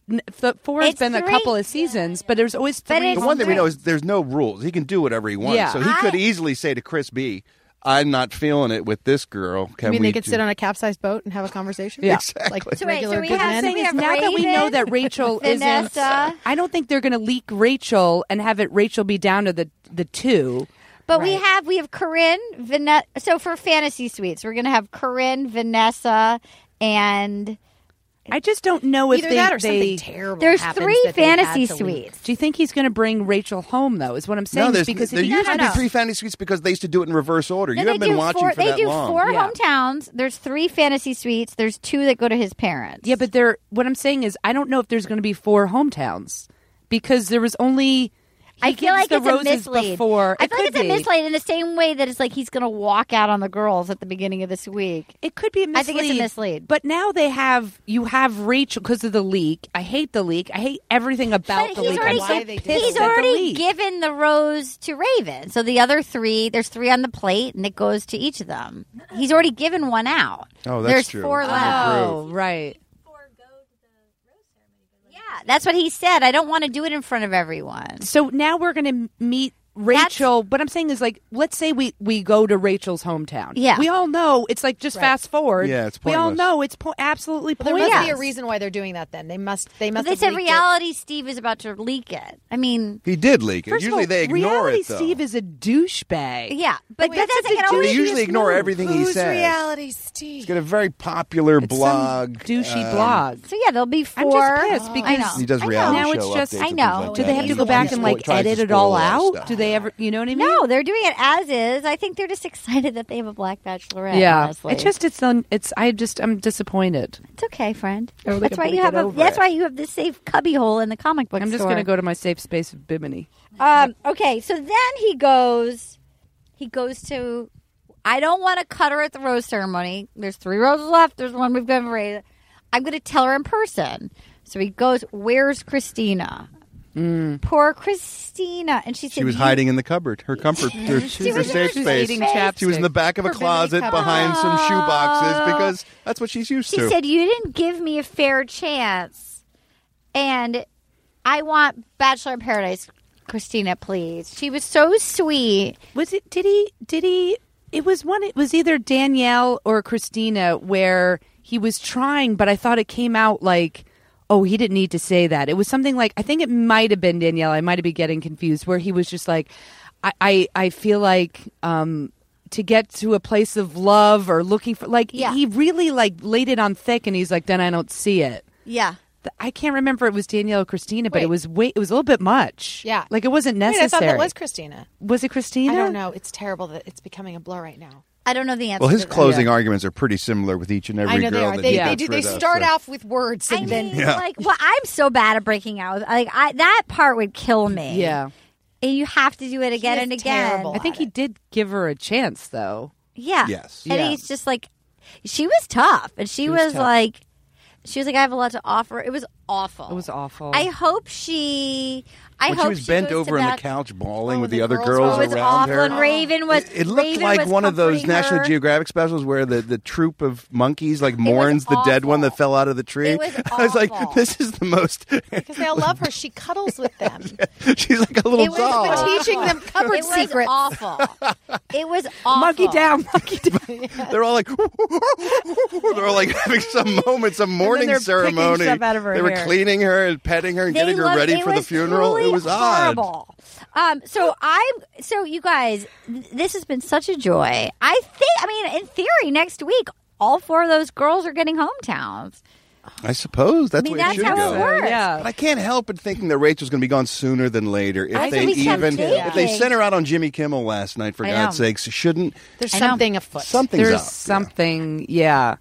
D: N- The four has
C: It's
D: been a
C: three.
D: couple of seasons, but there's always
C: But
D: three.
C: it's
E: the one thing we
C: Right.
E: know is there's no rules. He can do whatever he wants.
D: Yeah.
E: So he could
C: I-
E: easily say to Chris B, "I'm not feeling it with this girl." Can
G: I mean,
E: we
G: they could
E: do-
G: sit on a capsized boat and have a converrsation.
D: Yeah.
G: Like
E: Exactly.
C: So wait,
G: regular
C: so we
G: good
C: have
G: men.
C: something
D: is now that we
C: Raven,
D: know that Rachel isn't,
C: Vanessa.
D: I don't think they're going to leak Rachel and have it Rachel be down to the the two.
C: But we have we have Corinne Vanessa. So for fantasy suites, we're gonna have Corinne Vanessa and
D: I just don't know if
G: Either
D: they.
G: that or
D: they-
G: something terrible.
C: there's
G: happens
C: three
G: that they had
C: fantasy
G: to leave.
C: suites.
D: do you think he's going to bring Rachel home though? Is what I'm saying
E: No, there's,
D: because
E: there
D: if he
E: used
C: No,
E: to
C: no,
E: be
C: no.
E: three fantasy suites because they used to do it in reverse order.
C: No,
E: you
C: they
E: haven't been
C: do
E: watching
C: four,
E: for that
C: They do
E: long.
C: four
D: Yeah.
C: hometowns. There's three fantasy suites. There's two that go to his parents.
D: Yeah, but there. What I'm saying is, I don't know if there's going to be four hometowns because there was only.
C: I
D: he
C: feel
D: gives
C: like
D: the
C: it's a
D: roses
C: mislead.
D: before.
C: I
D: It
C: feel like
D: could
C: it's a
D: be.
C: mislead in the same way that it's like he's gonna walk out on the girls at the beginning of this week.
D: It could be a mislead.
C: I think it's a mislead.
D: But now they have you have Rachel because of the leak. I hate the leak. I hate everything about
C: But
D: the
C: he's
D: leak.
C: already-
D: I'm so
G: he's
D: pissed
C: He's
D: at the
C: already
D: leak.
C: given the rose to Raven. So the other three, there's three on the plate, and it goes to each of them. He's already given one out.
E: Oh, that's
C: there's
E: true.
C: four
E: Oh.
C: left.
D: Oh right.
C: Yeah, that's what he said. I don't want to do it in front of everyone.
D: So now we're going to meet Rachel. what I'm saying is like, let's say we we go to Rachel's hometown.
C: Yeah.
D: we all know it's like just fast forward.
E: Yeah, it's
D: we all
E: pointless.
D: know it's po- absolutely
G: There
D: pointless.
C: yeah.
G: must be a reason why they're doing that. Then they must. They must.
C: they
G: have
C: said
G: leaked it.
C: reality Steve is about to leak it. I mean,
E: He did leak it.
D: First of
E: usually
D: all,
E: they ignore
D: reality
E: it though.
D: Steve is a douchebag.
C: yeah, but that
D: that's
C: doesn't
D: such a
C: get
E: they
C: always.
E: usually ignore
D: move.
E: everything he
G: Who's
E: says.
G: reality
E: He's
G: Steve?
E: got a very popular
D: It's some
E: blog.
D: douchey
E: um,
D: blog.
C: So yeah, there'll be
D: I'm
C: four.
D: just pissed
C: I
D: because
C: know.
E: He does
C: I know.
E: reality
D: Now
E: show
D: it's just-
E: updates
C: I
E: and
C: know.
E: things like
D: Do they
E: that.
D: have to
E: He's-
D: go back
E: he
D: and
E: spoil-
D: like
E: tries to
D: edit it
E: spoil
D: all
E: a lot of
D: out?
E: stuff.
D: Do they ever? You know what I mean?
C: No, they're doing it as is. I think they're just excited that they have a black bachelorette.
D: Yeah,
C: honestly.
D: it's just it's un, it's I just I'm disappointed.
C: It's okay, friend.
D: Everybody
C: That's
D: can
C: why you
D: get
C: have a.
D: over
C: That's
D: it.
C: why you have this safe cubbyhole in the comic book.
D: I'm just
C: store.
D: gonna go to my safe space of Bimini.
C: Um, okay, so then he goes He goes to. I don't want to cut her at the rose ceremony. There's three roses left. There's one we've got to raise. I'm going to tell her in person. So he goes. Where's Christina?
E: Mm.
C: Poor Christina. And she said,
E: She was
C: "You-
E: hiding in the cupboard, her comfort, her,
C: She
E: her
C: was in
E: safe
C: her
E: space.
C: hiding chapstick.
E: She was in the back of a
C: Her Billy
E: closet
C: cupboard.
E: behind some shoe boxes
C: Oh.
E: because that's what she's used
C: She
E: to.
C: said, You didn't give me a fair chance. And I want Bachelor in Paradise, Christina, please. She was so sweet.
D: Was it? Did he? Did he? It was one. It was either Danielle or Christina where he was trying, but I thought it came out like, oh, he didn't need to say that. It was something like I think it might have been Danielle. I might have been getting confused where he was just like, I, I, I feel like um, to get to a place of love or looking for like he really like laid it on thick, and he's like, then I don't see it.
F: Yeah.
D: Th- I can't remember if it was Danielle or Christina, but
G: Wait.
D: it was way it was a little bit much.
G: Yeah.
D: like it wasn't
G: Wait, I thought
D: necessary.
G: that was Christina.
D: Was it Christina?
G: I don't know. It's terrible that it's becoming a blur right now.
C: I don't know the
E: well, his closing arguments are pretty similar with each and every
G: I know
E: girl.
G: they are.
E: that
G: They,
E: he
G: they
E: gets
G: do. They
E: rid of,
G: start
E: so.
G: off with words and then
E: Yeah.
C: Like, well, I'm so bad at breaking out. Like, I that part would kill me.
D: Yeah.
C: And you have to do it again and again.
D: I think he did give her a chance, though.
C: Yeah.
D: Yes.
C: And
D: Yeah.
C: he's just like, she was tough, and she,
D: She was
C: was,
D: tough.
C: like, she was like, I have a lot to offer. It was awful. It was
D: awful.
C: I hope she. I
E: when
C: hope
E: she was
C: she
E: bent
C: goes to
E: over on the
C: back-
E: couch bawling with the other
C: Oh,
E: girls
C: it was
E: around
C: awful.
E: her.
C: And Raven was.
E: It looked
C: Raven
E: like
C: was
E: one of those
C: comforting
E: National
C: her.
E: Geographic specials where the, the troop of monkeys like mourns the dead one that fell out of the tree.
G: It was
E: I was like,
G: awful.
E: this is the most.
G: because they all love her. She cuddles with them.
E: She's like a little
G: It was
E: doll.
G: for teaching them cupboard
C: It was
G: secrets.
C: awful. It was awful.
D: Monkey down, monkey
E: down. They're all like, they're all like having some moment, some morning
D: they're picking
E: ceremony.
D: stuff out of her
E: they were
D: hair.
E: cleaning her and petting her and
C: They
E: getting her
C: loved-
E: ready
C: it
E: for the
C: was
E: funeral.
C: truly
E: It was odd.
C: horrible. Um, so I'm. So you guys, th- this has been such a joy. I think. I mean, in theory, next week, all four of those girls are getting hometowns.
E: I suppose that's
C: I mean,
E: where
C: that's
E: it should
C: how
E: go.
C: it works.
E: But I can't help but thinking that Rachel's going to be gone sooner than later. If
G: That's
E: they
G: what we kept
E: even if they
G: thinking.
E: sent her out on Jimmy Kimmel last night, for
D: I
E: God's
D: know.
E: sakes, shouldn't
G: There's
D: I know.
G: something afoot.
E: Something's
D: There's
E: up, yeah.
D: something. Yeah.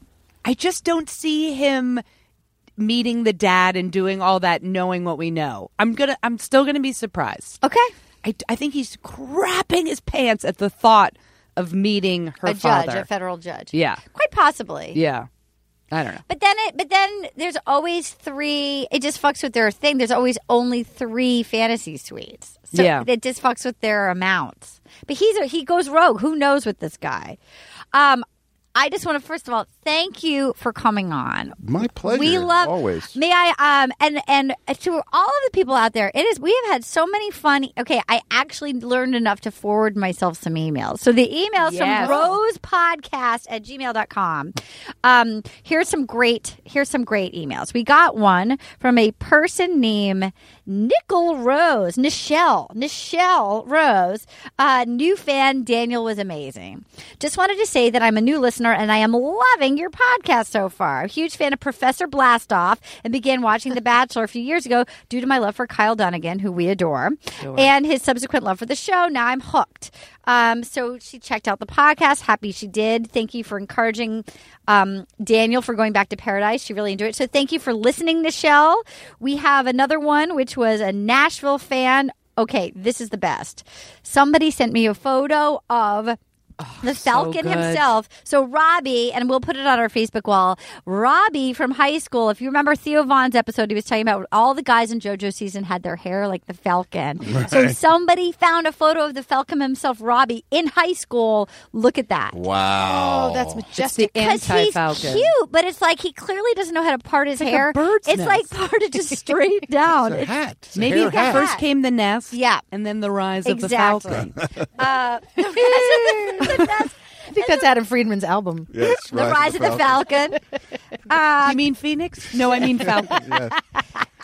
D: I just don't see him meeting the dad and doing all that, knowing what we know. I'm gonna. I'm still gonna be surprised.
C: Okay.
D: I, I think he's crapping his pants at the thought of meeting her
C: a
D: father.
C: judge, a federal judge.
D: Yeah.
C: Quite possibly.
D: Yeah. I don't know.
C: But then it but then there's always three it just fucks with their thing. There's always only three fantasy suites. So
D: Yeah.
C: it just fucks with their amounts. But he's a, he goes rogue. Who knows with this guy? Um I just want to first of all thank you for coming on.
E: My pleasure.
C: We love
E: always.
C: May I um and and to all of the people out there, it is we have had so many fun. Okay, I actually learned enough to forward myself some emails. So the emails
I: Yes.
C: from rosepodcast at gmail.com. Um, here's some great here's some great emails. We got one from a person named Nickel Rose, Nichelle, Nichelle Rose. Uh, new fan Daniel was amazing. Just wanted to say that I'm a new listener and I am loving your podcast so far. I'm a huge fan of Professor Blastoff and began watching The Bachelor a few years ago due to my love for Kyle Dunnigan, who we adore,
I: Sure.
C: and his subsequent love for the show. Now I'm hooked. Um, so she checked out the podcast. Happy she did. Thank you for encouraging um, Daniel for going back to paradise. She really enjoyed it. So thank you for listening, Nichelle. We have another one, which was a Nashville fan. Okay, this is the best. Somebody sent me a photo of the Falcon
I: good.
C: himself. So Robbie, and we'll put it on our Facebook wall. Robbie from high school. If you remember Theo Vaughn's episode, he was talking about all the guys in JoJo season had their hair like the Falcon. So
I: Right.
C: somebody found a photo of the Falcon himself, Robbie, in high school. Look at that.
G: Oh,
E: Wow.
C: majestic. Because he's
D: anti-Falcon.
C: cute, but it's like he clearly doesn't know how to part his
D: like a
C: hair.
D: bird's
C: it's
D: nest.
C: like parted just straight down.
D: It's a
E: hat.
D: It's a Maybe hair hat. first came the nest.
C: Yeah.
D: And then the rise of the
C: Exactly.
D: falcon.
C: Uh,
G: I think that's Adam Friedman's album.
E: Yes,
C: the rise of the Falcon. Um,
D: you mean Phoenix? No, I mean Falcon.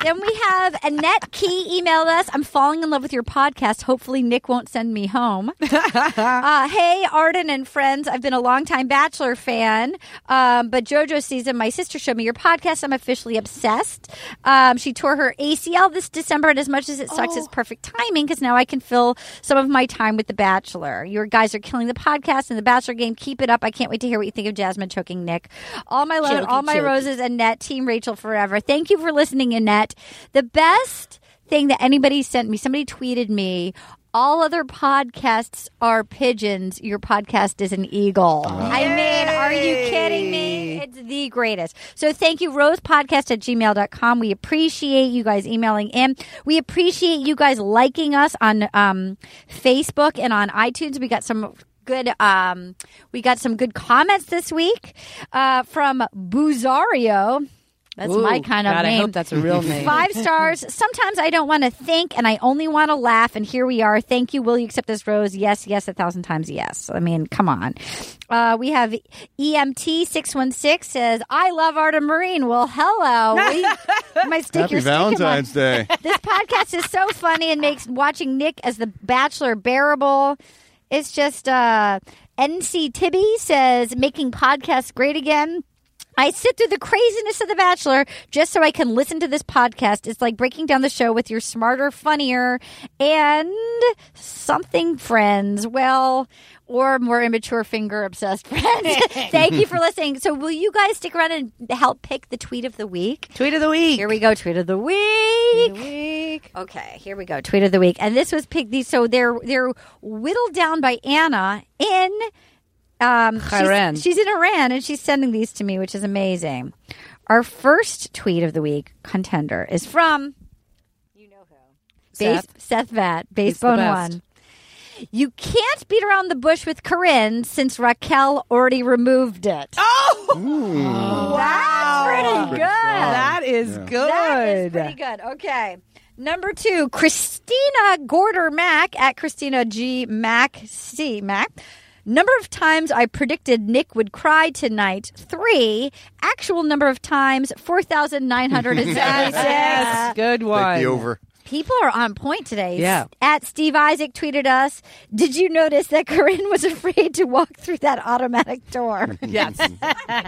C: Then we have Annette Key emailed us. I'm falling in love with your podcast. Hopefully, Nick won't send me home. uh, hey, Arden and friends. I've been a longtime Bachelor fan, um, but JoJo season, my sister showed me your podcast. I'm officially obsessed. Um, she tore her ACL this December, and as much as it sucks,
I: Oh.
C: it's perfect timing because now I can fill some of my time with The Bachelor. Your guys are killing the podcast and The Bachelor game. Keep it up. I can't wait to hear what you think of Jasmine choking Nick. All my love, and
I: Choking,
C: all my
I: choking.
C: roses. Roses, Annette, Team Rachel forever. Thank you for listening, Annette. The best thing that anybody sent me, somebody tweeted me all other podcasts are pigeons. Your podcast is an eagle. I mean, are you kidding me? It's the greatest. So thank you, rosepodcast at gmail.com. We appreciate you guys emailing in. We appreciate you guys liking us on um, Facebook and on iTunes. We got some good um, we got some good comments this week uh, from Buzario. That's
D: Ooh,
C: my kind of
D: God, I
C: name.
D: hope that's a real name.
C: Five stars. Sometimes I don't want to think and I only want to laugh. And here we are. Thank you. Will you accept this rose? Yes, yes, a thousand times yes. I mean, come on. Uh, we have EMT616 says, I love Art of Marine. Well, hello. We, my stick
E: Happy
C: your stick in my-
E: Valentine's Day.
C: this podcast is so funny and makes watching Nick as the bachelor bearable. It's just uh NC Tibby says making podcasts great again. I sit through the craziness of The Bachelor just so I can listen to this podcast. It's like breaking down the show with your smarter, funnier, and something friends. Well, or more immature, finger obsessed friends. Thank you for listening. So, will you guys stick around and help pick the tweet of the week?
D: Tweet of the week.
C: Here we go. Tweet of the week. Okay, here we go. Tweet of the week, and this was picked. These so they're they're whittled down by Anna in. Um, she's-
D: Iran.
C: She's, in Iran, and she's sending these to me, which is amazing. Our first tweet of the week contender is from you know who Seth, Seth Vat,
D: the
C: Basebone
D: best.
C: One. You can't beat around the bush with Corinne since Raquel already removed it. Oh, that's pretty good.
D: That is good.
C: That is pretty good. Okay. Number two, Christina Gorder Mack at Christina G Mac C Mac. Number of times I predicted Nick would cry tonight, three. Actual number of times, 4,976.
D: Yes, good one.
E: Take the over.
C: People are on point today.
D: Yeah.
C: At Steve Isaac tweeted us, Did you notice that Corinne was afraid to walk through that automatic door?
D: Yes,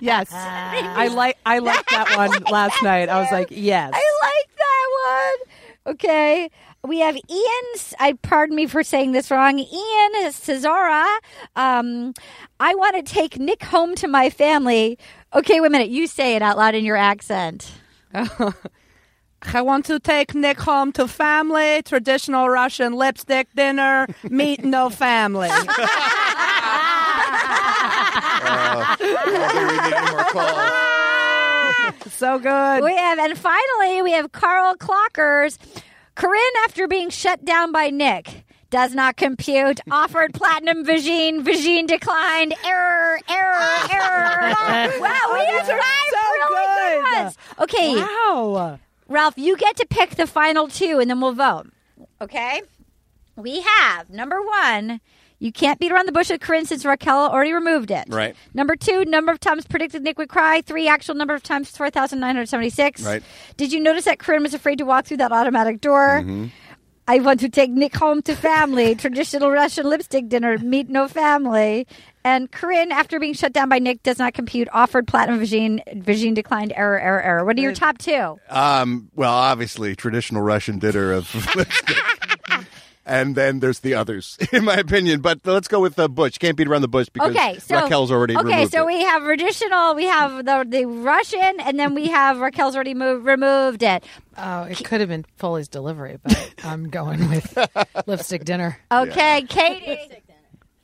D: yes. I like I liked that one last night. I was like, yes.
C: I like that one. Okay. We have Ian. I pardon me for saying this wrong. Ian Cesara. Um, I want to take Nick home to my family. Okay, wait a minute. You say it out loud in your accent.
D: I want to take Nick home to family, traditional Russian lipstick dinner, meet no family. so good.
C: We have, and finally, we have Carl Clockers. Corinne, after being shut down by Nick, does not compute. Offered platinum Vagine. Vagine declined. Error, error, error. wow, we have five
D: so
C: really good.
D: good.
C: ones. Okay,
D: Wow.
C: Ralph, you get to pick the final two, and then we'll vote. Okay? We have number one. You can't beat around the bush with Corinne since Raquel already removed it.
E: Right.
C: Number two, number of times predicted Nick would cry. Three, actual number of times, 4,976.
E: Right.
C: Did you notice that Corinne was afraid to walk through that automatic door?
E: Mm-hmm.
C: I want to take Nick home to family. Traditional Russian lipstick dinner, meet no family. And Corinne, after being shut down by Nick, does not compute. Offered platinum Vagine. Vagine declined. Error, error, error. What are your top two?
E: Um, well, obviously, traditional Russian dinner of lipstick. And then there's the others, in my opinion. But let's go with uh, Bush. Can't beat around the bush because
C: okay, so
E: Raquel's already
C: okay.
E: removed
C: so
E: it.
C: we have traditional, we have the the Russian, and then we have Raquel's already moved, removed it.
G: Oh, it could have been Foley's delivery, but I'm going with lipstick dinner.
C: Okay, Katie.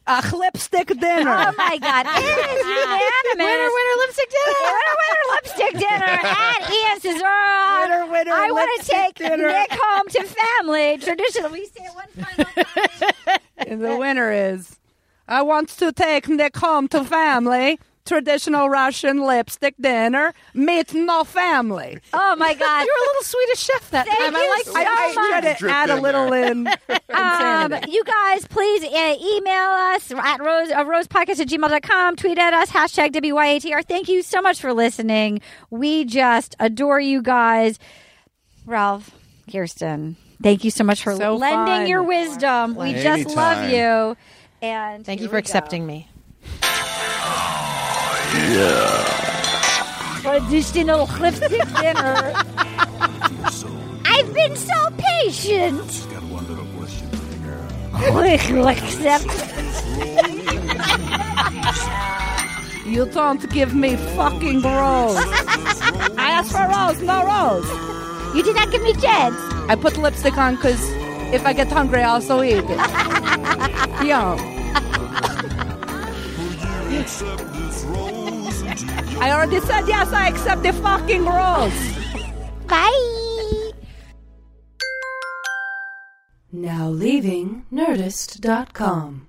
D: A lipstick dinner.
C: Oh my God! It is unanimous.
G: Winner, winner, lipstick
C: Winner,
G: dinner.
C: winner, lipstick dinner at Ian Cesaro.
D: Winner, winner,
C: "Uh, I want to take
D: lipstick dinner.
C: Nick home to family. Traditional, we say it one final time.
D: and
G: Eh.
D: the winner is I want to take Nick home to family, traditional Russian lipstick dinner, meet no family.
C: Oh my God!
G: You're a little Swedish chef that
C: Thank
G: time.
C: you
G: I like
C: so
D: I, I
C: much.
D: try to
E: Drip
D: add a
E: in
D: little
E: there.
D: in.
C: Um, you guys, please uh, email us at rose, uh, rosepodcast at gmail.com. Tweet at us, hashtag WYATR. Thank you so much for listening. We just adore you guys. Ralph, Kirsten, thank you so much for
D: So
C: lending
D: fun.
C: your wisdom. We just
E: Anytime.
C: love you. And
G: Thank
C: here
G: you for
C: we go.
G: accepting me.
C: Traditional lipstick dinner. I've been so patient. Quick, accept.
D: You don't give me fucking rose. I asked for rose, no rose.
C: You did not give me chance.
D: I put lipstick on because If I get hungry, I also eat it. Yum. I already said yes, I accept the fucking rules.
F: Bye.
B: Now leaving Nerdist.com.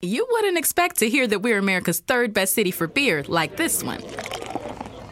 I: You wouldn't expect to hear that we're America's third best city for beer like this one.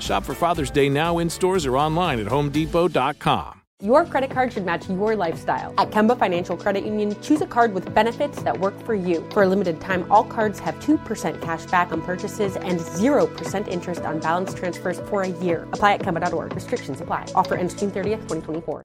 L: Shop for Father's Day now in stores or online at homedepot.com.
M: Your credit card should match your lifestyle. At Kemba Financial Credit Union, choose a card with benefits that work for you. For a limited time, all cards have 2% cash back on purchases and 0% interest on balance transfers for a year. Apply at Kemba.org. Restrictions apply. Offer ends June 30th, 2024.